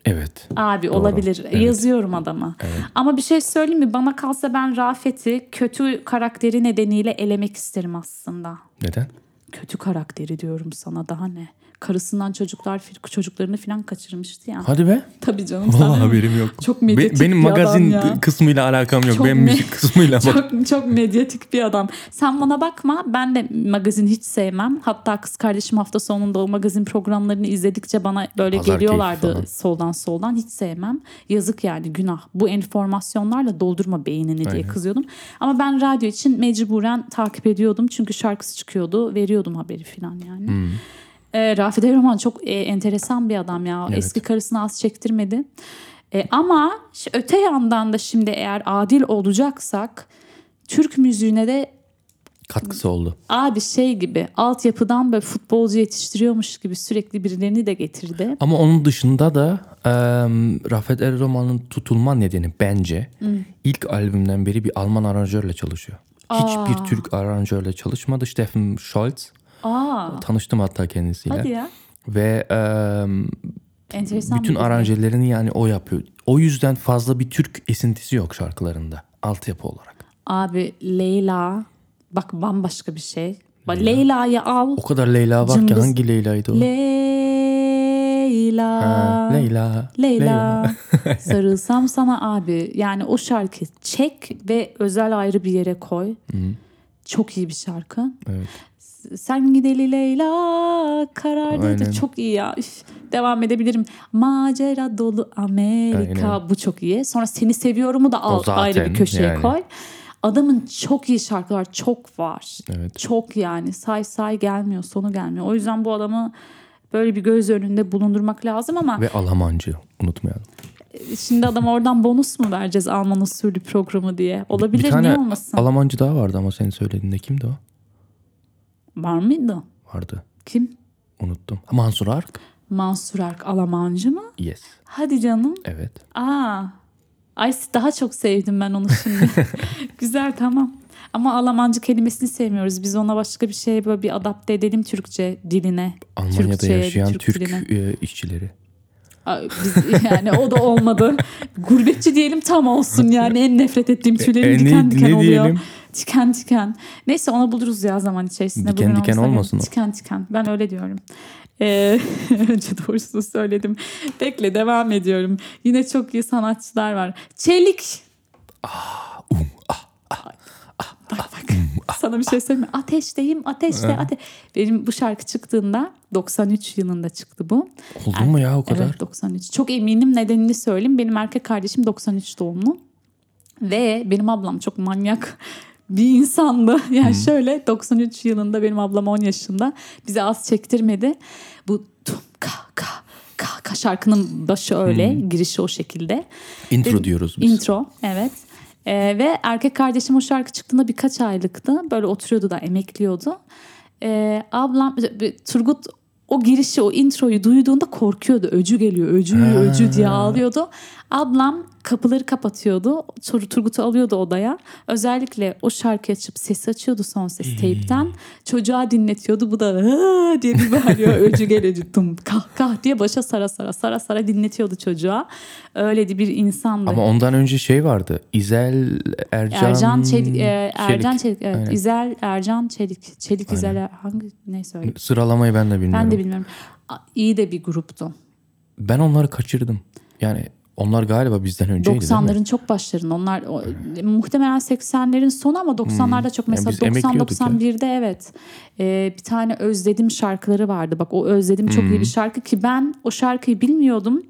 Evet. abi Doğru. olabilir. Evet. Yazıyorum adama. Ama bir şey söyleyeyim mi? Bana kalsa ben Rafet'i kötü karakteri nedeniyle elemek isterim aslında. Neden? Kötü karakteri diyorum sana daha ne? Karısından çocuklar fil- çocuklarını falan kaçırmıştı ya. Hadi be. Tabii canım. sen- Vallahi haberim yok. Çok medyatik benim bir adam magazin ya. kısmıyla alakam yok. Çok Benim me- müzik kısmıyla bak. çok çok medyatik bir adam. Sen bana bakma. Ben de magazin hiç sevmem. Hatta kız kardeşim hafta sonunda o magazin programlarını izledikçe bana böyle Pazar keyfi falan. geliyorlardı soldan soldan. Hiç sevmem. Yazık yani günah. Bu enformasyonlarla doldurma beynini diye Aynen. kızıyordum. Ama ben radyo için mecburen takip ediyordum. Çünkü şarkısı çıkıyordu. Veriyordum haberi falan yani. Hmm. E, Rafet Erroman çok e, enteresan bir adam ya. Evet. Eski karısını az çektirmedi. E, ama ş- öte yandan da şimdi eğer adil olacaksak Türk müziğine de Katkısı oldu. abi şey gibi altyapıdan böyle futbolcu yetiştiriyormuş gibi sürekli birilerini de getirdi. Ama onun dışında da em, Rafet Erroman'ın tutulma nedeni bence Hmm. ilk albümden beri bir Alman aranjörle çalışıyor. Hiçbir Türk aranjörle çalışmadı. Steffen Scholz. Aa Tanıştım hatta kendisiyle. hadi ya. Ve em, Enteresan bütün bir bilgi. aranjelerini yani o yapıyor. O yüzden fazla bir Türk esintisi yok şarkılarında altyapı olarak. Abi Leyla bak bambaşka bir şey. Bak Leyla'yı al. O kadar Leyla var ki Cımbız- hangi Leyla'ydı o? Leyla. Ha, Leyla. Leyla sarılsam sana abi yani o şarkı çek ve özel ayrı bir yere koy. Çok iyi bir şarkı. Evet. S- Sen gideli Leyla karar dedi Aynen. çok iyi ya. Üf, devam edebilirim. Macera dolu Amerika Aynen. bu çok iyi. Sonra seni seviyorumu da al O zaten, ayrı bir köşeye yani. koy. Adamın çok iyi şarkılar çok var. Evet. Çok yani say say gelmiyor sonu gelmiyor. O yüzden bu adamı böyle bir göz önünde bulundurmak lazım ama Ve Almancı unutmayalım. şimdi adam oradan bonus mu vereceğiz Alman usulü programı diye? Olabilir bir tane niye olmasın? Almancı daha vardı ama senin söylediğinde kimdi o? var mıydı? Vardı. Kim? Unuttum. Ha, Mansur Ark. Mansur Ark Almancı mı? Yes. Hadi canım. Evet. Aa. Ay daha çok sevdim ben onu şimdi. Güzel tamam. Ama Almancı kelimesini sevmiyoruz. Biz ona başka bir şey böyle bir adapte edelim Türkçe diline. Almanya'da Türkçeye, yaşayan Türk, diline. e, işçileri. Ay, Biz, yani o da olmadı. Gurbetçi diyelim tam olsun yani. En nefret ettiğim tüylerim E, ne- diken diken ne oluyor. diyelim? Diken diken. Neyse onu buluruz ya zaman içerisinde. Diken Bugün diken olmasa- olmasın o. Diken diken. Ben öyle diyorum. Ee, önce doğrusunu söyledim. Bekle devam ediyorum. Yine çok iyi sanatçılar var. Çelik. Ah, um, Sana bir ah. şey söyleyeyim mi? Ateşteyim ateşte ateş. Benim bu şarkı çıktığında 93 yılında çıktı bu. Oldu mu ya o kadar? Evet 93. Çok eminim nedenini söyleyeyim. Benim erkek kardeşim 93 doğumlu. Ve benim ablam çok manyak bir insandı. Yani şöyle 93 yılında benim ablam 10 yaşında. Bize az çektirmedi. Bu tum ka ka ka ka şarkının başı öyle. Girişi o şekilde. Intro diyoruz biz. Intro evet. Ee, ve erkek kardeşim o şarkı çıktığında birkaç aylıktı. Böyle oturuyordu da emekliyordu. Ee, ablam Turgut o girişi o introyu duyduğunda korkuyordu. Öcü geliyor öcü Ha. öcü diye ağlıyordu. Ablam kapıları kapatıyordu. Tur- Turgut'u alıyordu odaya. Özellikle o şarkıyı açıp sesi açıyordu son ses teypten. Çocuğa dinletiyordu. Bu da "Aa!" diye bir bağırıyor. öcü gel öcü tum kah kah diye başa sara sara sara sara dinletiyordu çocuğa. Öyle de bir insandı. Ama ondan önce şey vardı. İzel Ercan, Ercan Çelik, e, Ercan Çelik. Çelik, evet. Aynen. İzel Ercan Çelik, Çelik İzel Er- hangi neyse öyle. Sıralamayı ben de bilmiyorum. Ben Ben, de bilmiyorum. A- İyi de bir gruptu. onları kaçırdım. Yani onlar galiba bizden önceydi değil mi? 90'ların çok başlarında. Onlar o, muhtemelen 80'lerin sonu ama 90'larda çok Hmm. Yani mesela biz emekliyorduk ya. 90-91'de evet. Ee, bir tane Özledim şarkıları vardı. Bak o Özledim çok Hmm. iyi bir şarkı ki ben o şarkıyı bilmiyordum.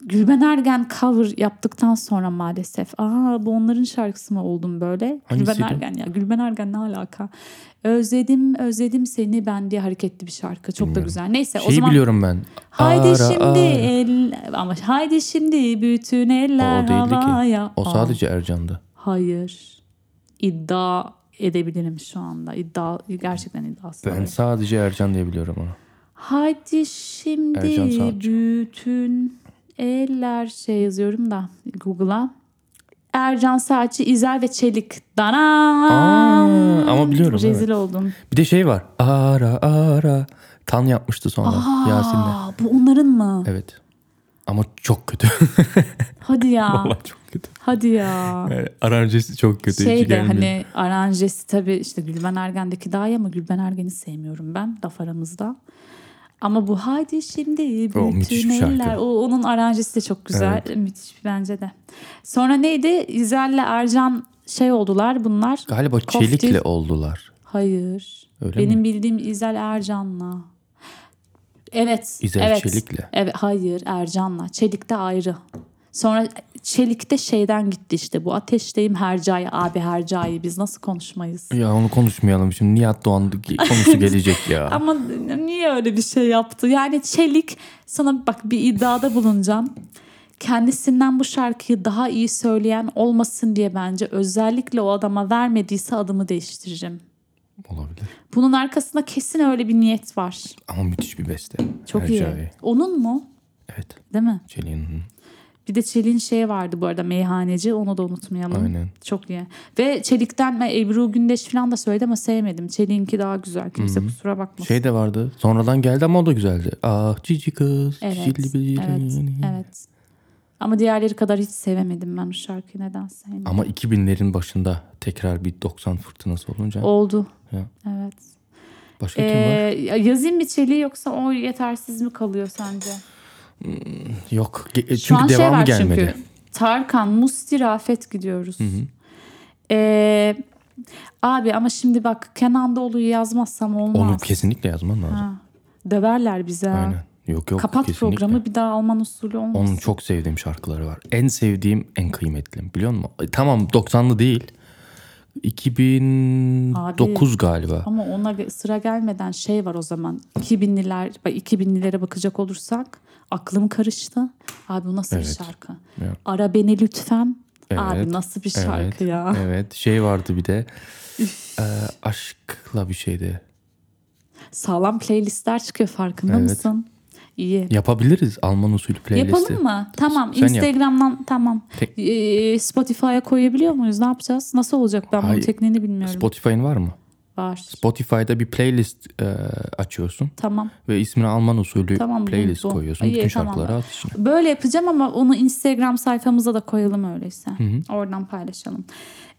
Gülben Ergen cover yaptıktan sonra maalesef. Aa bu onların şarkısı mı oldum böyle? Hangisiydi? Gülben Ergen ya. Gülben Ergen ne alaka? Özledim, özledim seni ben diye hareketli bir şarkı. Çok da güzel. Neyse o Şeyi zaman Şey biliyorum ben. Haydi Ara, şimdi ara. el ama haydi şimdi bütün eller O değildi havaya. ki. O Aa, sadece Ercan'dı. hayır. İddia edebilirim şu anda. İddia gerçekten iddiası. Ben sadece Ercan diye biliyorum onu. Haydi şimdi Ercan Saatçı. bütün eller şey yazıyorum da Google'a. Ercan Saatçi, İzel ve Çelik. Dana. Aa, ama biliyorum, Rezil evet. oldum. Bir de şey var. Ara ara. Tan yapmıştı sonra Yasin'le. Aa, bu onların mı? Evet. Ama çok kötü. Hadi ya. Vallahi çok kötü. Hadi ya. Yani aranjesi çok kötü. hiç Şey de gelmiyor. hani aranjesi tabii işte Gülben Ergen'deki daha iyi ama Gülben Ergen'i sevmiyorum ben laf aramızda. Ama bu haydi şimdi O müthiş bütün bir şarkı. eller. O, onun aranjesi de çok güzel. Müthiş bence de. Sonra neydi? İzel'le Ercan şey oldular bunlar. Galiba Koftil- Çelik'le oldular. Hayır. Öyle Benim mi? bildiğim İzel Ercan'la. Evet. İzel evet. Çelik'le. Evet, hayır Ercan'la. Çelik de ayrı. Sonra Çelik'te şeyden gitti işte bu ateşteyim Hercai abi Hercai biz nasıl konuşmayız? Ya onu konuşmayalım şimdi. Nihat Doğan konusu gelecek ya. Ama niye öyle bir şey yaptı? Yani Çelik sana bak bir iddiada bulunacağım. Kendisinden bu şarkıyı daha iyi söyleyen olmasın diye bence özellikle o adama vermediyse adımı değiştireceğim. Olabilir. Bunun arkasında kesin öyle bir niyet var. Ama müthiş bir beste. Çok iyi. Ercai. Onun mu? Evet. Değil mi? Çelik'in. Bir de Çelik'in şeyi vardı bu arada meyhaneci. Onu da unutmayalım. Aynen. Çok iyi. Ve Çelik'ten ben Ebru Gündeş falan da söyledi ama sevmedim. Çelik'inki daha güzel. Kimse kusura bakmasın. Şey de vardı. Sonradan geldi ama o da güzeldi. Ah cici kız. Evet, cicili bili- evet, evet. Ama diğerleri kadar hiç sevemedim ben bu şarkıyı neden sevmedim. Ama 2000'lerin başında tekrar bir 90 fırtınası olunca. Oldu. Ya. Evet. Başka kim var? Ee, yazayım mı Çelik'i yoksa o yetersiz mi kalıyor sence? Yok. Ge- e, Şu an Çünkü şey devamı var gelmedi. çünkü. Tarkan, Musti, Rafet gidiyoruz. Ee, abi ama şimdi bak Kenan Doğulu'yu yazmazsam olmaz. Onu kesinlikle yazman lazım. Ha. Döverler bizi. ha. Aynen. Yok yok Kapat kesinlikle. programı bir daha Alman usulü olmasın. Onun çok sevdiğim şarkıları var. En sevdiğim, en kıymetlim biliyor musun? E, Tamam 90'lı değil. 2009 galiba. Ama ona ge- sıra gelmeden şey var o zaman. 2000'liler, bak 2000'lilere bakacak olursak aklım karıştı. Abi bu nasıl Evet. bir şarkı? Ya. Ara beni lütfen. Abi Evet. nasıl bir şarkı evet, ya? Evet. Şey vardı bir de. e, aşkla bir şeydi. Sağlam playlistler çıkıyor farkında Evet. mısın? İyi. Yapabiliriz Alman usulü playlisti. Yapalım mı? Tamam. Sen yap. Instagram'dan tamam. Tek- Ee, Spotify'a koyabiliyor muyuz? Ne yapacağız? Nasıl olacak? Ben bunun Hayır. tekniğini bilmiyorum. Spotify'ın var mı? var. Spotify'da bir playlist e, açıyorsun tamam. ve ismini Alman usulü Tamam, bu- playlist bu. koyuyorsun. Ay, Bütün tamam. şarkıları at içine. Böyle yapacağım ama onu Instagram sayfamıza da koyalım öyleyse. Oradan paylaşalım.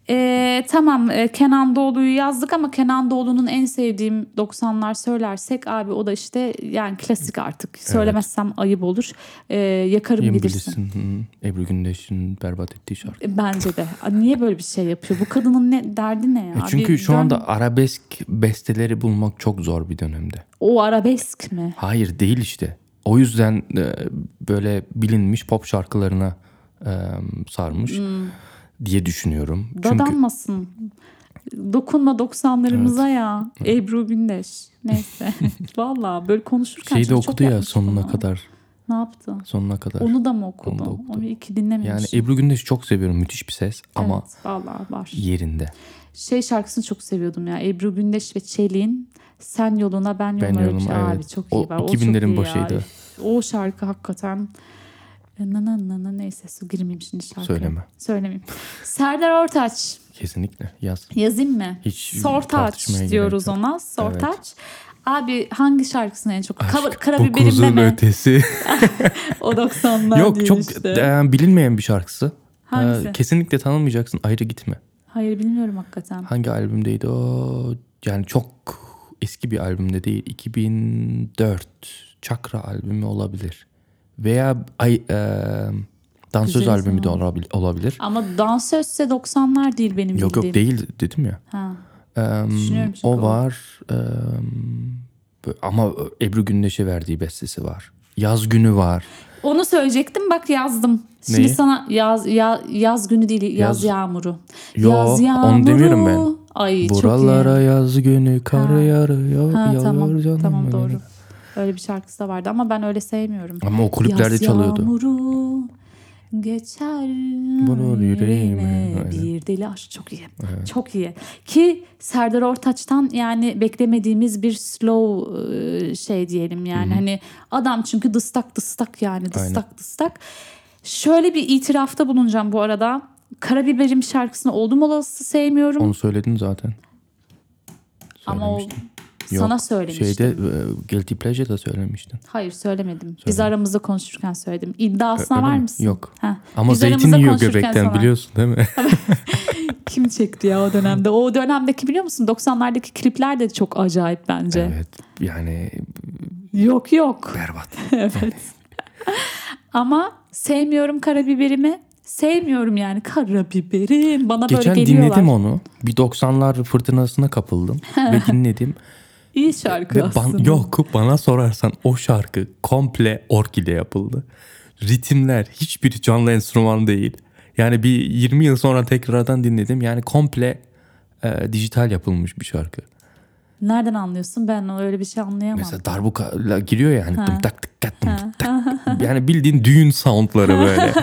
Ee, tamam e, Kenan Doğulu'yu yazdık ama Kenan Doğulu'nun en sevdiğim 90'lar söylersek abi o da işte yani klasik artık. Söylemezsem ayıp olur. Ee, yakarım Yem bilirsin. bilirsin. Hı. Ebru Gündeş'in berbat ettiği şarkı. E, Bence de. A, Niye böyle bir şey yapıyor? Bu kadının ne derdi ne ya? E çünkü Bir şu dön- anda arabesk besteleri bulmak çok zor bir dönemde. O arabesk mi? Hayır değil işte. O yüzden e, böyle bilinmiş pop şarkılarına e, sarmış Hmm. diye düşünüyorum. Çünkü Dadanmasın. Dokunma 90'larımıza ya. Ebru Gündeş. Neyse. Valla böyle konuşurken şeyi de çünkü çok okudu ya yapmış sonuna bunu. kadar. Ne yaptı? Sonuna kadar. Onu da mı okudu? Onu Onu, da okudu. iki yani dinlememişim. Ebru Gündeş'i çok seviyorum. Müthiş bir ses ama Evet, valla var. yerinde. Şey şarkısını çok seviyordum ya. Ebru Gündeş ve Çelik'in Sen Yoluna Ben Yoluma. Ben Öyle bir Yoluma, şey. Abi evet. çok O iyi. var. çok 2000'lerin iyi ya. başıydı. Üf, O şarkı hakikaten Ee, na na na na neyse su girmeyeyim şimdi şarkıya. Söyleme. Söylemeyeyim. Serdar Ortaç Kesinlikle yaz. yazayım mı? Hiç Sortaç tartışmaya gerek diyoruz yok. ona. Sortaç. Abi hangi şarkısını en çok? Kara- bu Karabiberimde kuzun mi? ötesi. O 90'lar Yok değil çok işte. e, bilinmeyen bir şarkısı. E, Hangisi? kesinlikle tanımayacaksın. Ayrı gitme. Hayır bilmiyorum hakikaten. Hangi albümdeydi o? Yani çok eski bir albümde değil. 2004 Çakra albümü olabilir. Veya ay, e, dansöz Güzel albümü de zaman. olabil- olabilir. Ama dansözse 90'lar değil benim Yok bildiğim. yok değil dedim ya. Ha. Em, Düşünüyorum çünkü o o. var. Em, bö- ama Ebru Gündeş'e verdiği bestesi var. Yaz günü var. Onu söyleyecektim bak yazdım. Şimdi Neyi? sana yaz ya, yaz günü değil yaz, Yaz- yağmuru. Yo, yaz onu demiyorum ben. Ay çok Buralara iyi. yaz günü kar Ha. yağıyor. Ha, yağıyor tamam canım tamam benim. doğru. Öyle bir şarkısı da vardı ama ben öyle sevmiyorum. Ama o kulüplerde Yaz çalıyordu. yağmuru geçer Bunu Bunu yüreğime- yüreğime bir deli aşk çok iyi. Çok iyi. Ki Serdar Ortaç'tan yani beklemediğimiz bir slow e, şey diyelim yani. Hani adam çünkü dıstak dıstak yani dıstak dıstak. Şöyle bir itirafta bulunacağım bu arada. Karabiberim şarkısını oldum olası sevmiyorum Onu söyledin zaten. ama o Söylemiştin. Yok, sana söylemiştim. Şeyde e, Guilty Pleasure'da söylemiştin. Hayır söylemedim. Biz aramızda konuşurken söyledim. İddiasına Öyle var mi? mısın? Yok. Heh. Ama Biz zeytin aramızda yiyor konuşurken göbekten sana. biliyorsun değil mi? Kim çekti ya o dönemde? O dönemdeki biliyor musun 90'lardaki klipler de çok acayip bence. evet. Yani Yok yok. berbat. Ama sevmiyorum karabiberimi. Sevmiyorum yani karabiberim. Bana Geçen böyle geliyorlar. dinledim onu. Bir 90'lar fırtınasına kapıldım ve dinledim. İyi şarkı ve ban- aslında. yok bana sorarsan o şarkı komple org ile yapıldı. Ritimler hiçbiri canlı enstrüman değil. Yani bir 20 yıl sonra tekrardan dinledim. Yani komple e, dijital yapılmış bir şarkı. Nereden anlıyorsun? Ben öyle bir şey anlayamam. Mesela darbuka giriyor yani. Dım tak tık kat dım tık tak. Yani bildiğin düğün soundları böyle.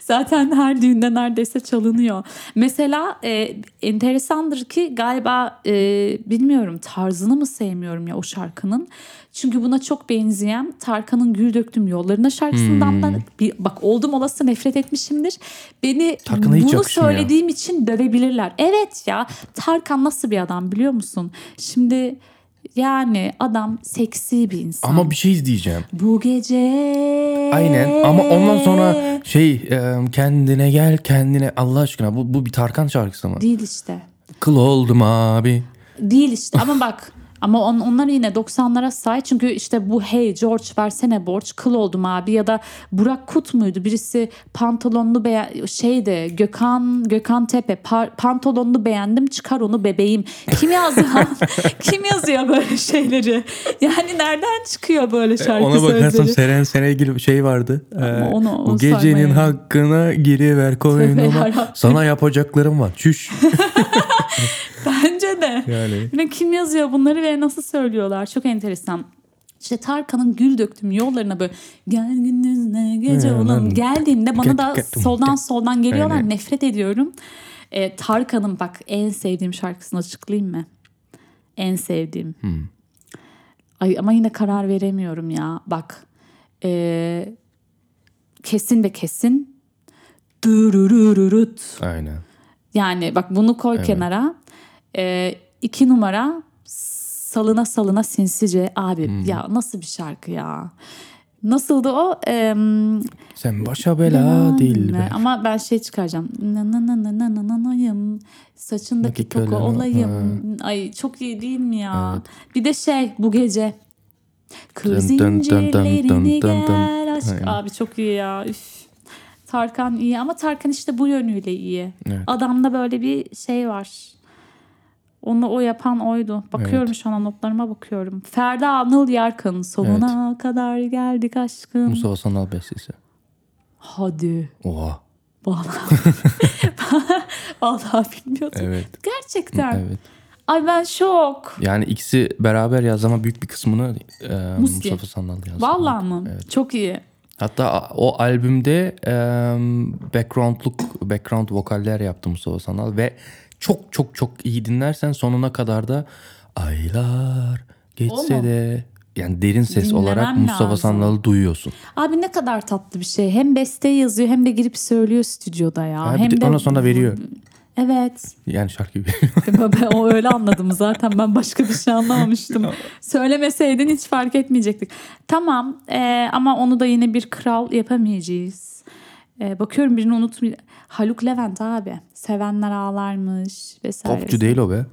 Zaten her düğünde neredeyse çalınıyor. Mesela e, enteresandır ki galiba e, bilmiyorum tarzını mı sevmiyorum ya o şarkının. Çünkü buna çok benzeyen Tarkan'ın Gül Döktüm Yollarına şarkısından Hmm. ben bir, bak oldum olası nefret etmişimdir. Beni Tarkan'a hiç bunu yakışmıyor. söylediğim için dövebilirler. Evet ya Tarkan nasıl bir adam biliyor musun? Şimdi yani adam seksi bir insan. ama bir şey izleyeceğim. Bu gece. Aynen ama ondan sonra şey e, kendine gel kendine Allah aşkına bu, bu bir Tarkan şarkısı mı? Değil işte. Kıl oldum abi. Değil işte ama bak Ama on, onları yine 90'lara say. Çünkü işte bu hey George versene borç kıl oldum abi ya da Burak Kut muydu? Birisi pantolonlu beğen şeydi Gökhan Gökhan Tepe par- pantolonlu beğendim çıkar onu bebeğim. Kim yazdı lan? Kim yazıyor böyle şeyleri? Yani nereden çıkıyor böyle şarkı E, Ona bakarsam sözleri? Seren Sen'e ilgili bir şey vardı. Ee, onu- onu bu gecenin saymayalım. hakkına geri ver koynuma. yarabbim. Sana yapacaklarım var. Çüş. Bence de. Yani. Yine kim yazıyor bunları ve nasıl söylüyorlar? Çok enteresan. İşte Tarkan'ın gül döktüm yollarına böyle gel gündüz ne gece Ya olan lan. geldiğinde bana Gat- da gat- soldan soldan geliyorlar. Aynen. Nefret ediyorum. Ee, Tarkan'ın bak en sevdiğim şarkısını açıklayayım mı? En sevdiğim. Ay ama yine karar veremiyorum ya. Bak. Ee, kesin ve kesin. Dürürürürüt. Aynen. Yani bak bunu koy kenara. Ee, iki numara salına salına sinsice abi ya nasıl bir şarkı ya. Nasıldı o? Ee, Sen başa bela değil be. Ama ben şey çıkaracağım. Na na na na na na na nayım. Saçındaki Daki koku kölem- olayım. Ay çok iyi değil mi ya? Bir de şey bu gece. Kır Dın dın dın dın zincirlerini dın dın dın. gel aşk. Aynen. Abi çok iyi ya. Üf. Tarkan iyi ama Tarkan işte bu yönüyle iyi. Evet. Adamda böyle bir şey var. Onu o yapan oydu. Bakıyorum şu an notlarıma bakıyorum. Ferda Anıl Yarkın. Sonuna kadar geldik aşkım. Mustafa Sandal bestesi. Hadi. Oha. Vallahi. Vallahi bilmiyordum. Evet. Gerçekten. Evet. Ay ben şok. Yani ikisi beraber yazdı ama büyük bir kısmını e, Musti. Mustafa Sandal yazdı. Vallahi mı? Evet. Çok iyi. Hatta a- o albümde e, backgroundluk, background vokaller yaptı Mustafa Sandal ve çok çok çok iyi dinlersen sonuna kadar da aylar geçse O mu? de yani derin ses Dinlemem olarak Mustafa lazım. Sandal'ı duyuyorsun. Abi ne kadar tatlı bir şey. Hem beste yazıyor hem de girip söylüyor stüdyoda ya. Ha, bir hem de ondan sonra veriyor. Evet. Yani şarkı Ben- ben o öyle anladım zaten. Ben başka bir şey anlamamıştım. Söylemeseydin hiç fark etmeyecektik. Tamam e, ama onu da yine bir kral yapamayacağız. E, bakıyorum birini unutmayayım. Haluk Levent abi. Sevenler ağlarmış vesaire. popçu değil o be.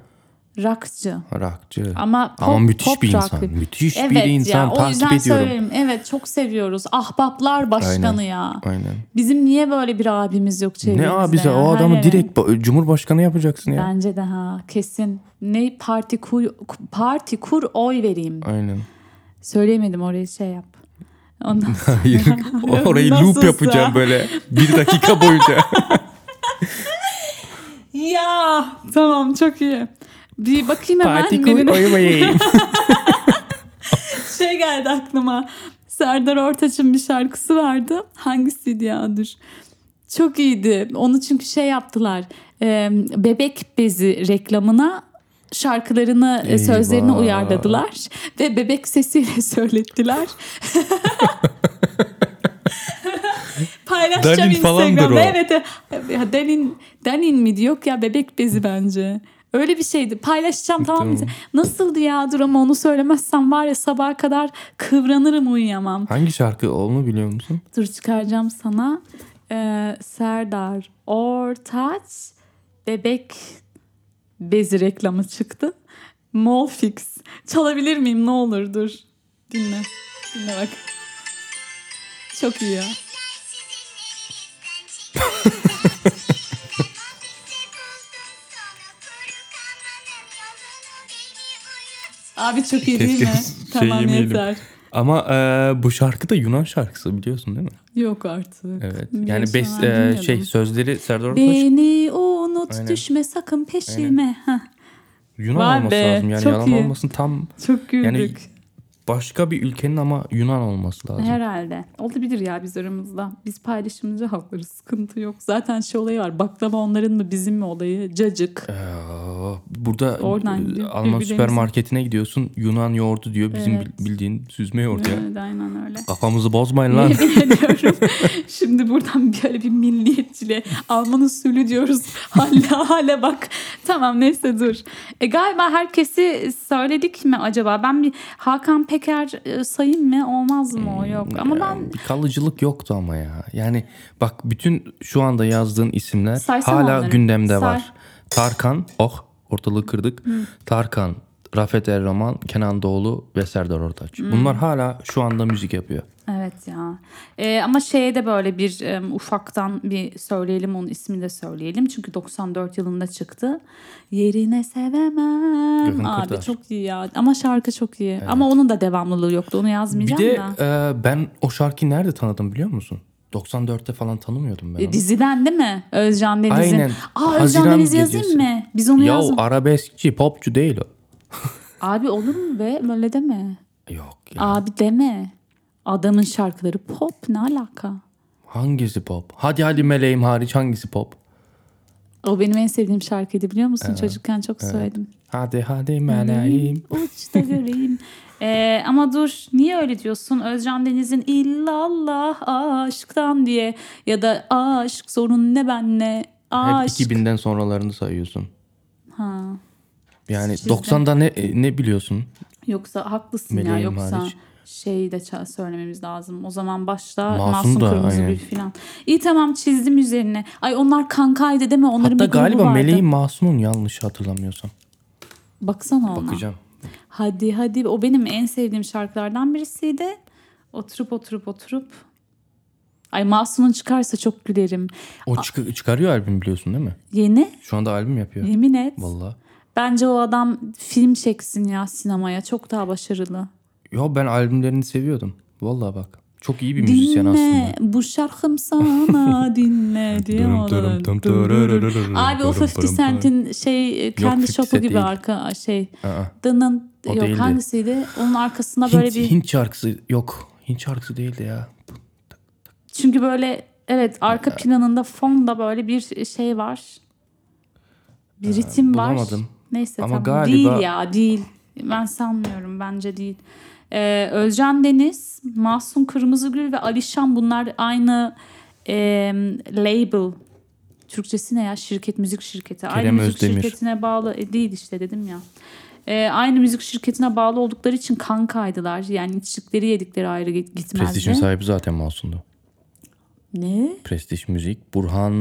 Rockçı. Rockçı. Ama pop, Ama müthiş pop bir rock insan. bir- Müthiş Evet bir ya, insan. o Takip yüzden ediyorum. söylerim. Evet çok seviyoruz. Ahbaplar başkanı Aynen. ya. Aynen. Bizim niye böyle bir abimiz yok çevremizde? Ne abisi ya? o Her adamı yere. direkt ba- cumhurbaşkanı yapacaksın ya. Bence de ha kesin. Ne parti kur, parti kur oy vereyim. Aynen. Söyleyemedim orayı şey yap. Ondan sonra- Hayır. Orayı loop Nasılsa. yapacağım böyle. Bir dakika boyunca. ya tamam çok iyi. Bir bakayım hemen. Parti benim- koymayayım. şey geldi aklıma. Serdar Ortaç'ın bir şarkısı vardı. Hangisiydi ya dur. Çok iyiydi. Onu çünkü şey yaptılar. e, bebek bezi reklamına şarkılarını, e, sözlerini Eyvah. uyarladılar. Ve bebek sesiyle söylettiler. Paylaşacağım Danin falandır Instagram'da. o. Evet. e, ya Danin, Danin mi diyor ya bebek bezi bence. Öyle bir şeydi. Paylaşacağım tamam mı? Tamam. Nasıldı ya dur ama onu söylemezsem var ya sabaha kadar kıvranırım uyuyamam. Hangi şarkı onu biliyor musun? Dur çıkaracağım sana. Ee, Serdar Ortaç bebek bezi reklamı çıktı. Molfix. Çalabilir miyim ne olur dur. Dinle. Dinle bak. Çok iyi ya. Abi çok iyi değil mi? Keşke şey tamam şeyi miydim? yeter. Ama e, bu şarkı da Yunan şarkısı biliyorsun değil mi? Yok artık. Evet. Biliyorsun, Yani bes, ben e, bilmiyordum. şey sözleri Serdar Ortaç Beni unut Aynen. düşme sakın peşime. Heh, Yunan Vay olması be, lazım. Yani çok yalan iyi. olmasın tam çok güldük. yani başka bir ülkenin ama Yunan olması lazım. Herhalde. Olabilir ya biz aramızda. Biz paylaşımcı halkları sıkıntı yok. Zaten şey olayı var. Baklava onların mı bizim mi olayı? Cacık. Aa, Burada Oradan e, gidip Alman birbirimizi- süpermarketine gidiyorsun Yunan yoğurdu diyor bizim Evet. bil- bildiğin süzme yoğurt ya. Evet, aynen öyle. Kafamızı bozmayın Ah, lan. Yemin ediyorum. Şimdi buradan böyle bir milliyetçiliğe Alman usulü diyoruz. Hala hala bak. Tamam neyse dur. E, galiba herkesi söyledik mi acaba? Ben bir Hakan Peker e, sayayım mı? Olmaz mı o? Yok. Ama Ya, ben bir kalıcılık yoktu ama ya. Yani bak bütün şu anda yazdığın isimler Saysana hala onları. gündemde Say. var. Tarkan, oh ortalığı kırdık. Tarkan, Rafet Erroman, Kenan Doğulu ve Serdar Ortaç. Bunlar hala şu anda müzik yapıyor. Evet ya. Ee, ama şeye de böyle bir e, ufaktan bir söyleyelim onun ismini de söyleyelim. Çünkü 94 yılında çıktı. Yerine sevemem. Gökhan Abi Kırtaş. çok iyi ya. Ama şarkı çok iyi. Ama onun da devamlılığı yoktu. Onu Bir yazmayacağım de da. e, ben o şarkıyı nerede tanıdım biliyor musun? 94'te falan tanımıyordum ben E, onu. Diziden değil mi? Özcan Deniz'in. Aynen. Aa Özcan Haziran Deniz yazayım gecesi. mı? Biz onu Ya yazma. arabeskçi, popçu değil o. Abi olur mu be? Böyle deme. Yok ya. Abi deme. Adamın şarkıları pop ne alaka? Hangisi pop? Hadi hadi meleğim hariç hangisi pop? O benim en sevdiğim şarkıydı biliyor musun? Çocukken çok söyledim. Hadi hadi meleğim. Uçta göreyim. Ee, ama dur niye öyle diyorsun? Özcan Deniz'in illallah aşktan diye ya da aşk sorun ne benle Hep aşk. 2000'den sonralarını sayıyorsun. Ha. Yani Sizden- 90'da ne e, ne biliyorsun? Yoksa haklısın ya Meleğim yoksa hariç. şeyi de ça- söylememiz lazım. O zaman başta Masum, Masum da, Kırmızı Gül aynen. falan. İyi tamam çizdim üzerine. Ay onlar kankaydı deme onların Hatta bir grubu galiba vardı. Meleğim Masum'un yanlış hatırlamıyorsam. Baksana ona. Bakacağım. Hadi hadi o benim en sevdiğim şarkılardan birisiydi. Oturup oturup oturup. Ay Masum'un çıkarsa çok gülerim. O çık- çıkarıyor albüm biliyorsun değil mi? Yeni Şu anda albüm yapıyor. yemin et. Vallahi. Bence o adam film çeksin ya sinemaya. Çok daha başarılı. Yo ben albümlerini seviyordum. Vallahi bak. Çok iyi bir müzisyen aslında. bu şarkım sana dinle diyor. Dırım dırım dırım dırım Abi o dırım 50 dırım Cent'in şey kendi 50 şoku Cent gibi değil. arka şey. Aa. Dının O yok değildi. hangisiydi? Onun arkasında böyle Hint, bir Hint şarkısı yok. Hint şarkısı değildi ya. çünkü böyle evet arka planında fonda böyle bir şey var. Bir ritim var. Ee, bulamadım. Neyse tamam. Ama galiba- Değil ya değil. Ben sanmıyorum bence değil. Ee, Özcan Deniz, Mahsun Kırmızıgül ve Alişan bunlar aynı e, label. Türkçesi ne ya? Şirket, müzik şirketi. aynı Kerem müzik Özdemir. şirketine bağlı e, değil işte dedim ya. Ee, aynı müzik şirketine bağlı oldukları için kankaydılar. Yani içtikleri yedikleri ayrı git- gitmezdi. Prestij'in sahibi zaten Masum'du. Ne? Prestij Müzik. Burhan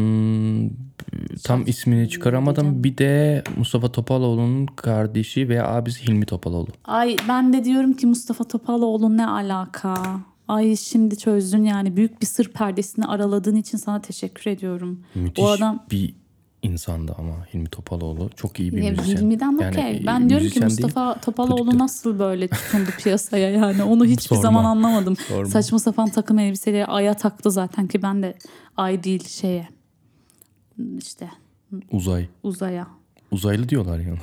tam ismini çıkaramadım. Bir de Mustafa Topaloğlu'nun kardeşi veya abisi Hilmi Topaloğlu. Ay ben de diyorum ki Mustafa Topaloğlu ne alaka? Ay şimdi çözdün yani büyük bir sır perdesini araladığın için sana teşekkür ediyorum. Müthiş o adam bir insandı ama Hilmi Topaloğlu. Çok iyi bir Ya, müzisyen. 20'den Yani, okey. e, Ben diyorum ki müzisyen değil, Mustafa Topaloğlu prodüktör. nasıl böyle tutundu piyasaya yani onu hiçbir Sorma. zaman anlamadım. Sorma. Saçma sapan takım elbiseleri aya taktı zaten ki ben de ay değil şeye işte Uzay. uzaya. Uzaylı diyorlar yani.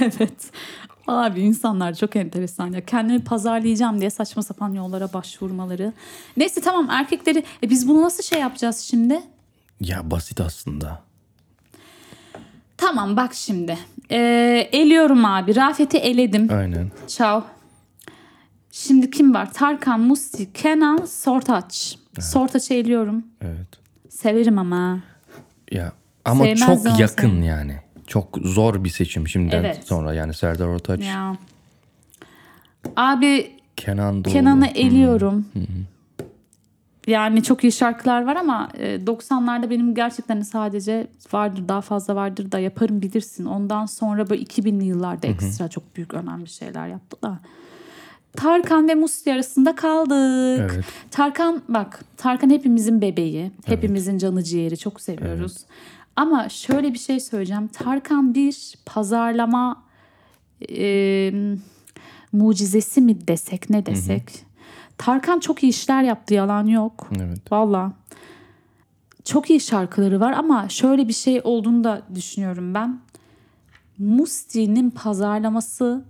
Evet. Abi insanlar çok enteresan ya. Kendimi pazarlayacağım diye saçma sapan yollara başvurmaları. Neyse tamam erkekleri e, biz bunu nasıl şey yapacağız şimdi? ya basit aslında. Tamam bak şimdi. Ee, eliyorum abi. Rafet'i eledim. Aynen. Çao. Şimdi kim var? Tarkan, Musti, Kenan, Sortaç. Sortaç'ı eliyorum. Evet. Severim ama. Ya ama Sevmez de çok olsa. yakın yani. Çok zor bir seçim şimdiden Evet. sonra. Yani Serdar Ortaç, Ya. Abi Kenan Doğulu. Kenan'ı eliyorum. Yani çok iyi şarkılar var ama e, 90'larda benim gerçekten sadece vardır daha fazla vardır da yaparım bilirsin. Ondan sonra böyle 2000'li yıllarda ekstra çok büyük önemli şeyler yaptı da. Tarkan ve Musti arasında kaldık. Evet. Tarkan bak Tarkan hepimizin bebeği. Hepimizin canı ciğeri çok seviyoruz. Ama şöyle bir şey söyleyeceğim. Tarkan bir pazarlama e, mucizesi mi desek ne desek. Tarkan çok iyi işler yaptı yalan yok. Evet. Valla. Çok iyi şarkıları var ama şöyle bir şey olduğunu da düşünüyorum ben. Musti'nin pazarlaması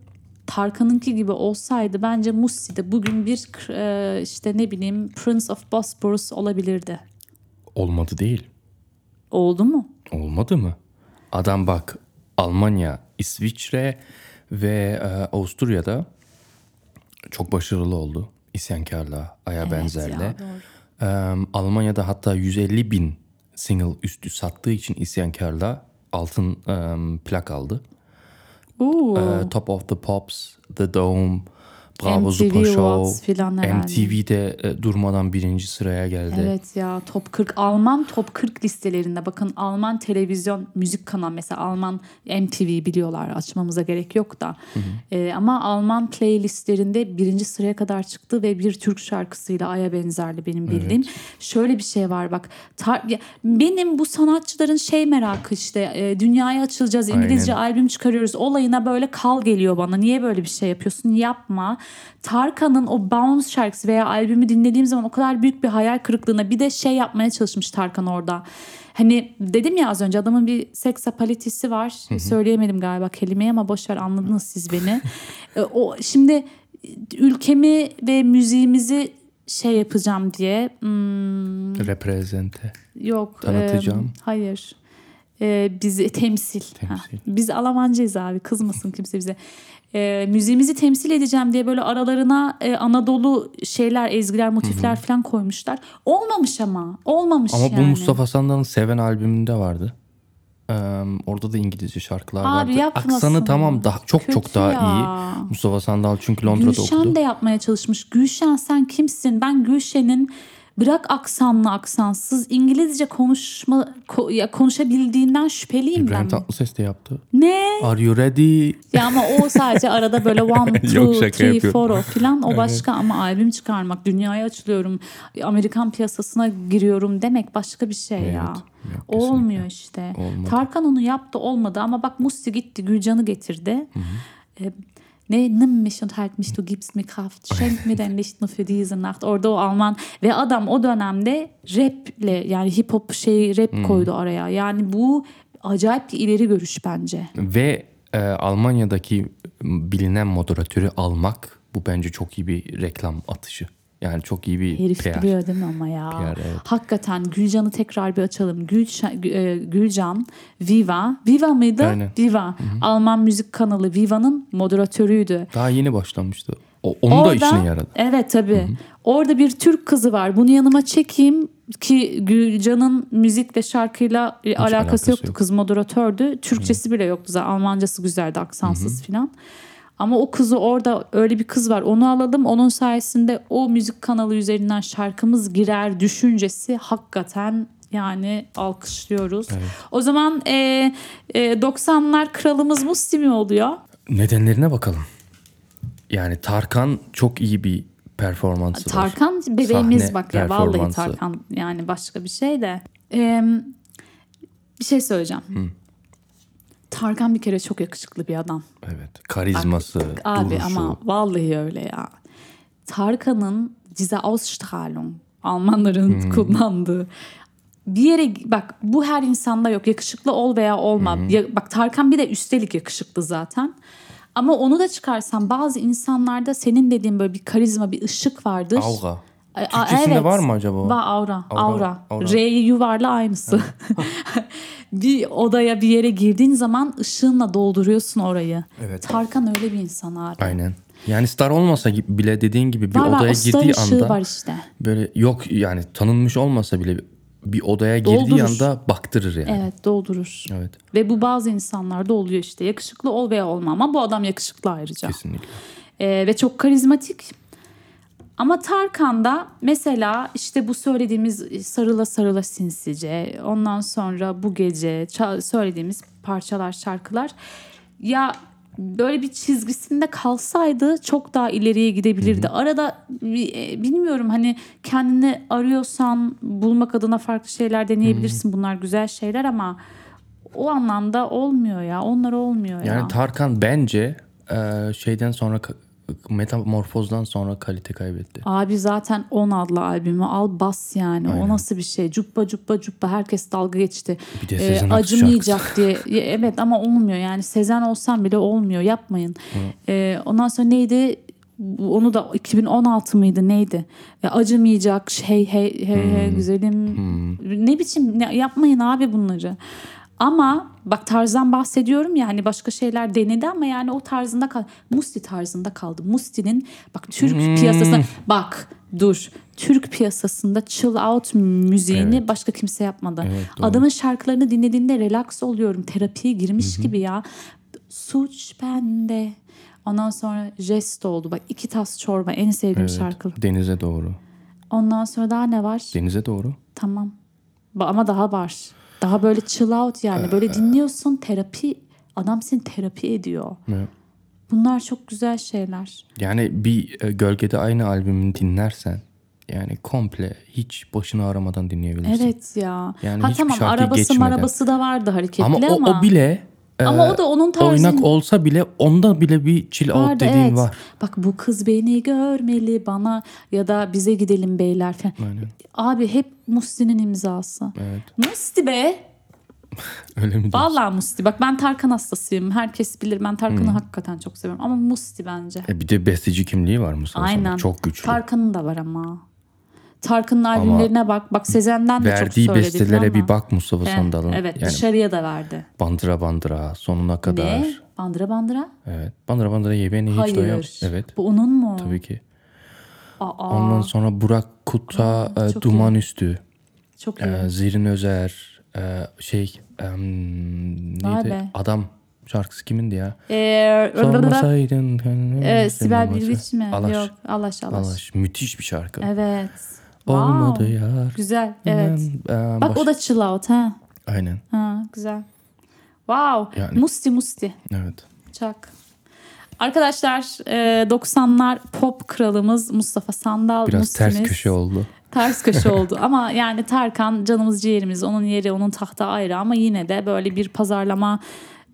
Tarkan'ınki gibi olsaydı bence Musti de bugün bir e, işte ne bileyim Prince of Bosporus olabilirdi. Olmadı değil. Oldu mu? Olmadı mı? Adam bak Almanya, İsviçre ve e, Avusturya'da çok başarılı oldu. İsyankarlığa, aya benzerle. ya, doğru. E, Almanya'da hatta 150 bin single üstü sattığı için isyankarlığa altın e, plak aldı. E, Oo. Ee, Top of the Pops, The Dome, Bravo MTV Zupa Awards Show. filan herhalde. MTV'de e, durmadan birinci sıraya geldi. Evet ya top 40 Alman top 40 listelerinde bakın Alman televizyon müzik kanalı mesela Alman MTV biliyorlar açmamıza gerek yok da Ee, ama Alman playlistlerinde birinci sıraya kadar çıktı ve bir Türk şarkısıyla Ay'a benzerli benim bildiğim. Şöyle bir şey var bak tar- ya, benim bu sanatçıların şey merakı işte e, dünyaya açılacağız İngilizce albüm çıkarıyoruz olayına böyle kal geliyor bana niye böyle bir şey yapıyorsun yapma. Tarkan'ın o Bounce şarkısı veya albümü dinlediğim zaman o kadar büyük bir hayal kırıklığına bir de şey yapmaya çalışmış Tarkan orada. Hani dedim ya az önce adamın bir seksapalitisi var. Söyleyemedim galiba kelimeyi ama boşver anladınız siz beni. E, o şimdi e, ülkemi ve müziğimizi şey yapacağım diye hmm, Reprezente. Yok. Tanıtacağım. em, hayır. E, bizi temsil. Ha, Temsil. Biz Almancayız abi. Kızmasın kimse bize. E, müziğimizi temsil edeceğim diye böyle aralarına e, Anadolu şeyler, ezgiler, motifler falan koymuşlar. Olmamış ama. Olmamış Ama yani. bu Mustafa Sandal'ın Seven albümünde vardı. Ee, orada da İngilizce şarkılar Abi vardı. yapmasın. Aksanı tamam daha çok çok Kötü daha ya. iyi. Mustafa Sandal çünkü Londra'da Gülşen okudu. de yapmaya çalışmış. Gülşen sen kimsin? Ben Gülşen'in bırak aksanlı aksansız İngilizce konuşma ko- ya konuşabildiğinden şüpheliyim İbrahim ben. Tatlıses de yaptı. Ne? Are you ready? Ya ama o sadece arada böyle one, Yok, two, şaka three, yapıyorum. four o filan o başka ama albüm çıkarmak, dünyaya açılıyorum, Amerikan piyasasına giriyorum demek başka bir şey ya. kesinlikle. Olmuyor işte. Olmadı. Tarkan onu yaptı olmadı ama bak Musti gitti Gülcan'ı getirdi. E, Ne nimm mich und halt mich du gibst mir Kraft. Schenk mir dein Licht nur für diese Nacht. Orada o Alman ve adam o dönemde raple yani hip hop şey rap koydu araya. Yani bu acayip bir ileri görüş bence. Ve e, Almanya'daki bilinen moderatörü almak bu bence çok iyi bir reklam atışı. Yani çok iyi bir Herif PR. biliyor değil mi ama ya. PR, evet. Hakikaten Gülcan'ı tekrar bir açalım. Gülşen- Gü- e, Gülcan, Viva. Viva mıydı? Aynen. Viva. Alman müzik kanalı Viva'nın moderatörüydü. Daha yeni başlamıştı. O, onun da işine yaradı. Evet tabii. Orada bir Türk kızı var. Bunu yanıma çekeyim ki Gülcan'ın müzik ve şarkıyla e, alakası, alakası yoktu. yok. Kız moderatördü. Türkçesi bile yoktu zaten. Almancası güzeldi aksansız filan. Ama o kızı orada öyle bir kız var. Onu alalım. Onun sayesinde o müzik kanalı üzerinden şarkımız girer düşüncesi hakikaten yani alkışlıyoruz. O zaman e, e, 90'lar kralımız Musti mi oluyor? Nedenlerine bakalım. Yani Tarkan çok iyi bir performansı var. Tarkan bebeğimiz Sahne bak ya vallahi performansı. Tarkan yani başka bir şey de. Ee, bir şey söyleyeceğim. Tarkan bir kere çok yakışıklı bir adam. Evet. Karizması, Abi duruşu. ama vallahi öyle ya. Tarkan'ın diese Ausstrahlung Almanların kullandığı bir yere bak bu her insanda yok yakışıklı ol veya olma Ya- bak Tarkan bir de üstelik yakışıklı zaten ama onu da çıkarsan bazı insanlarda senin dediğin böyle bir karizma bir ışık vardır Aura. Ay, a- Türkçesinde var mı acaba o? Va aura. Aura, Aura. aura. R'yi yuvarla aynısı. bir odaya bir yere girdiğin zaman ışığınla dolduruyorsun orayı. Evet. Tarkan öyle bir insan abi. Aynen. Yani star olmasa gi- bile dediğin gibi bir Var var, odaya o starın girdiği ışığı anda var işte. böyle yok yani tanınmış olmasa bile bir odaya girdiği Doldurur. anda baktırır yani. Evet doldurur. Evet. Ve bu bazı insanlarda oluyor işte. Yakışıklı ol veya olma ama bu adam yakışıklı ayrıca. Kesinlikle. Ee, ve çok karizmatik. Ama Tarkan'da mesela işte bu söylediğimiz sarıla sarıla sinsice ondan sonra bu gece ça- söylediğimiz parçalar şarkılar ya böyle bir çizgisinde kalsaydı çok daha ileriye gidebilirdi. Arada bi- e, bilmiyorum hani kendini arıyorsan bulmak adına farklı şeyler deneyebilirsin. Bunlar güzel şeyler ama o anlamda olmuyor ya. Onlar olmuyor ya. Yani Tarkan bence e, şeyden sonra ka- metamorfozdan sonra kalite kaybetti. Abi zaten 10 adlı albümü al bas yani. O nasıl bir şey? Cuppa cuppa cuppa herkes dalga geçti. Bir de Ee, Sezen Aksu acımayacak diye. Ya, Evet ama olmuyor yani Sezen olsam bile olmuyor yapmayın. Ee, ondan sonra neydi? Bu- Onu da 2016 mıydı neydi? Ya, acımayacak şey hey hey hey güzelim. Ne biçim ne- yapmayın abi bunları. Ama bak tarzdan bahsediyorum ya hani başka şeyler denedi ama yani o tarzında kaldı. Musti tarzında kaldı. Musti'nin bak Türk piyasasına bak dur. Türk piyasasında chill out müziğini başka kimse yapmadı. Adamın şarkılarını dinlediğinde relax oluyorum. Terapiye girmiş gibi ya. Suç bende. Ondan sonra jest oldu. Bak iki tas çorba en sevdiğim Evet. şarkı. Denize doğru. Ondan sonra daha ne var? Denize doğru. Tamam. Ba- Ama daha var. Daha böyle chill out Ee. yani. Böyle dinliyorsun terapi. Adam seni terapi ediyor. Evet. Bunlar çok güzel şeyler. Yani bir e, gölgede aynı albümünü dinlersen yani komple hiç başını aramadan dinleyebilirsin. Evet ya. Yani ha hiçbir tamam şarkıyı arabası geçmeden. marabası da vardı hareketli Ama ama. o, o bile e, Ama o da onun tarzı. oynak olsa bile onda bile bir chill out vardı dediğin evet. var. Bak bu kız beni görmeli bana ya da bize gidelim beyler falan. Aynen. Abi hep Musti'nin imzası. Evet. Musti be. Öyle mi diyorsun? Vallahi Musti. Bak ben Tarkan hastasıyım. Herkes bilir ben Tarkan'ı Hmm. hakikaten çok seviyorum. Ama Musti bence. E bir de besteci kimliği var mı Aynen. Çok güçlü. Tarkan'ın da var ama. Tarkan'ın albümlerine bak. Bak Sezen'den de Verdiği çok söyledik bestelere ama. bir bak Mustafa Heh, Sandal'ın. Evet yani dışarıya da verdi. bandıra bandıra sonuna kadar. Ne? Bandıra bandıra? Evet. Bandıra bandıra ye beni hiç doyam. Hayır. Evet. Bu onun mu? Tabii ki. Aa, Ondan sonra Burak Kut'a e, çok Duman Üstü, çok iyi. e, Zerrin Özer, e, şey em, Vay neydi? be. Adam şarkısı kimindi ya? Ee, Sormasaydın. Ee, gönlüm senin Sibel olmasa. Bilgiç mi? Alaş. Yok. Alaş Alaş. Alaş. Müthiş bir şarkı. Evet. Olmadı Wow. yar. Güzel. Evet. Ben, e, Bak baş- o da chill out ha. Aynen. Ha güzel. Wow. Yani- Musti musti. Evet. Çak. Arkadaşlar e, 90'lar pop kralımız Mustafa Sandal. Biraz ters Musti'miz. köşe oldu. Ters köşe oldu ama yani Tarkan canımız ciğerimiz onun yeri onun tahta ayrı ama yine de böyle bir pazarlama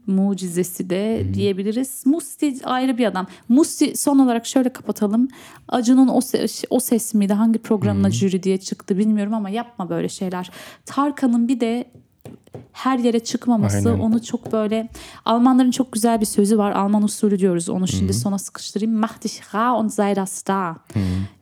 mucizesi de diyebiliriz. Musti ayrı bir adam. Musti son olarak şöyle kapatalım. Acun'un o ses, o ses miydi hangi programına jüri diye çıktı bilmiyorum ama yapma böyle şeyler. Tarkan'ın bir de her yere çıkmaması Aynen. onu çok böyle Almanların çok güzel bir sözü var. Alman usulü diyoruz. Onu şimdi sona sıkıştırayım. Mach dich rar und sei das star.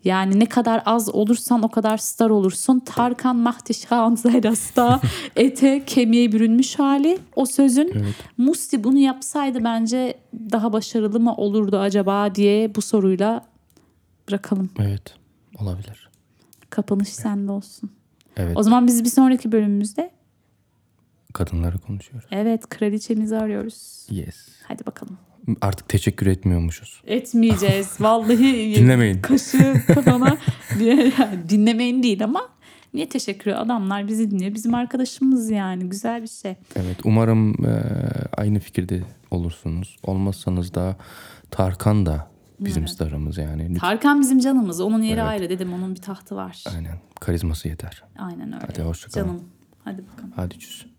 Yani ne kadar az olursan o kadar star olursun. Tarkan mach dich rar und sei das star. Ete kemiğe bürünmüş hali o sözün. Musti bunu yapsaydı bence daha başarılı mı olurdu acaba diye bu soruyla bırakalım. Evet. Olabilir. Kapanış sende olsun. Evet. O zaman biz bir sonraki bölümümüzde Kadınları konuşuyoruz. evet kraliçemizi arıyoruz. Yes. Hadi bakalım. Artık teşekkür etmiyormuşuz. Etmeyeceğiz. Vallahi Dinlemeyin. Kaşığı kafana diye- dinlemeyin değil ama niye teşekkür adamlar bizi dinliyor. Bizim arkadaşımız yani güzel bir şey. Evet umarım e, aynı fikirde olursunuz. Olmazsanız da Tarkan da bizim starımız yani. Lütfen. Tarkan bizim canımız. Onun yeri ayrı dedim. Onun bir tahtı var. Aynen. Karizması yeter. Aynen öyle. Hadi hoşça kalın. Canım. Hadi bakalım. Hadi çüz.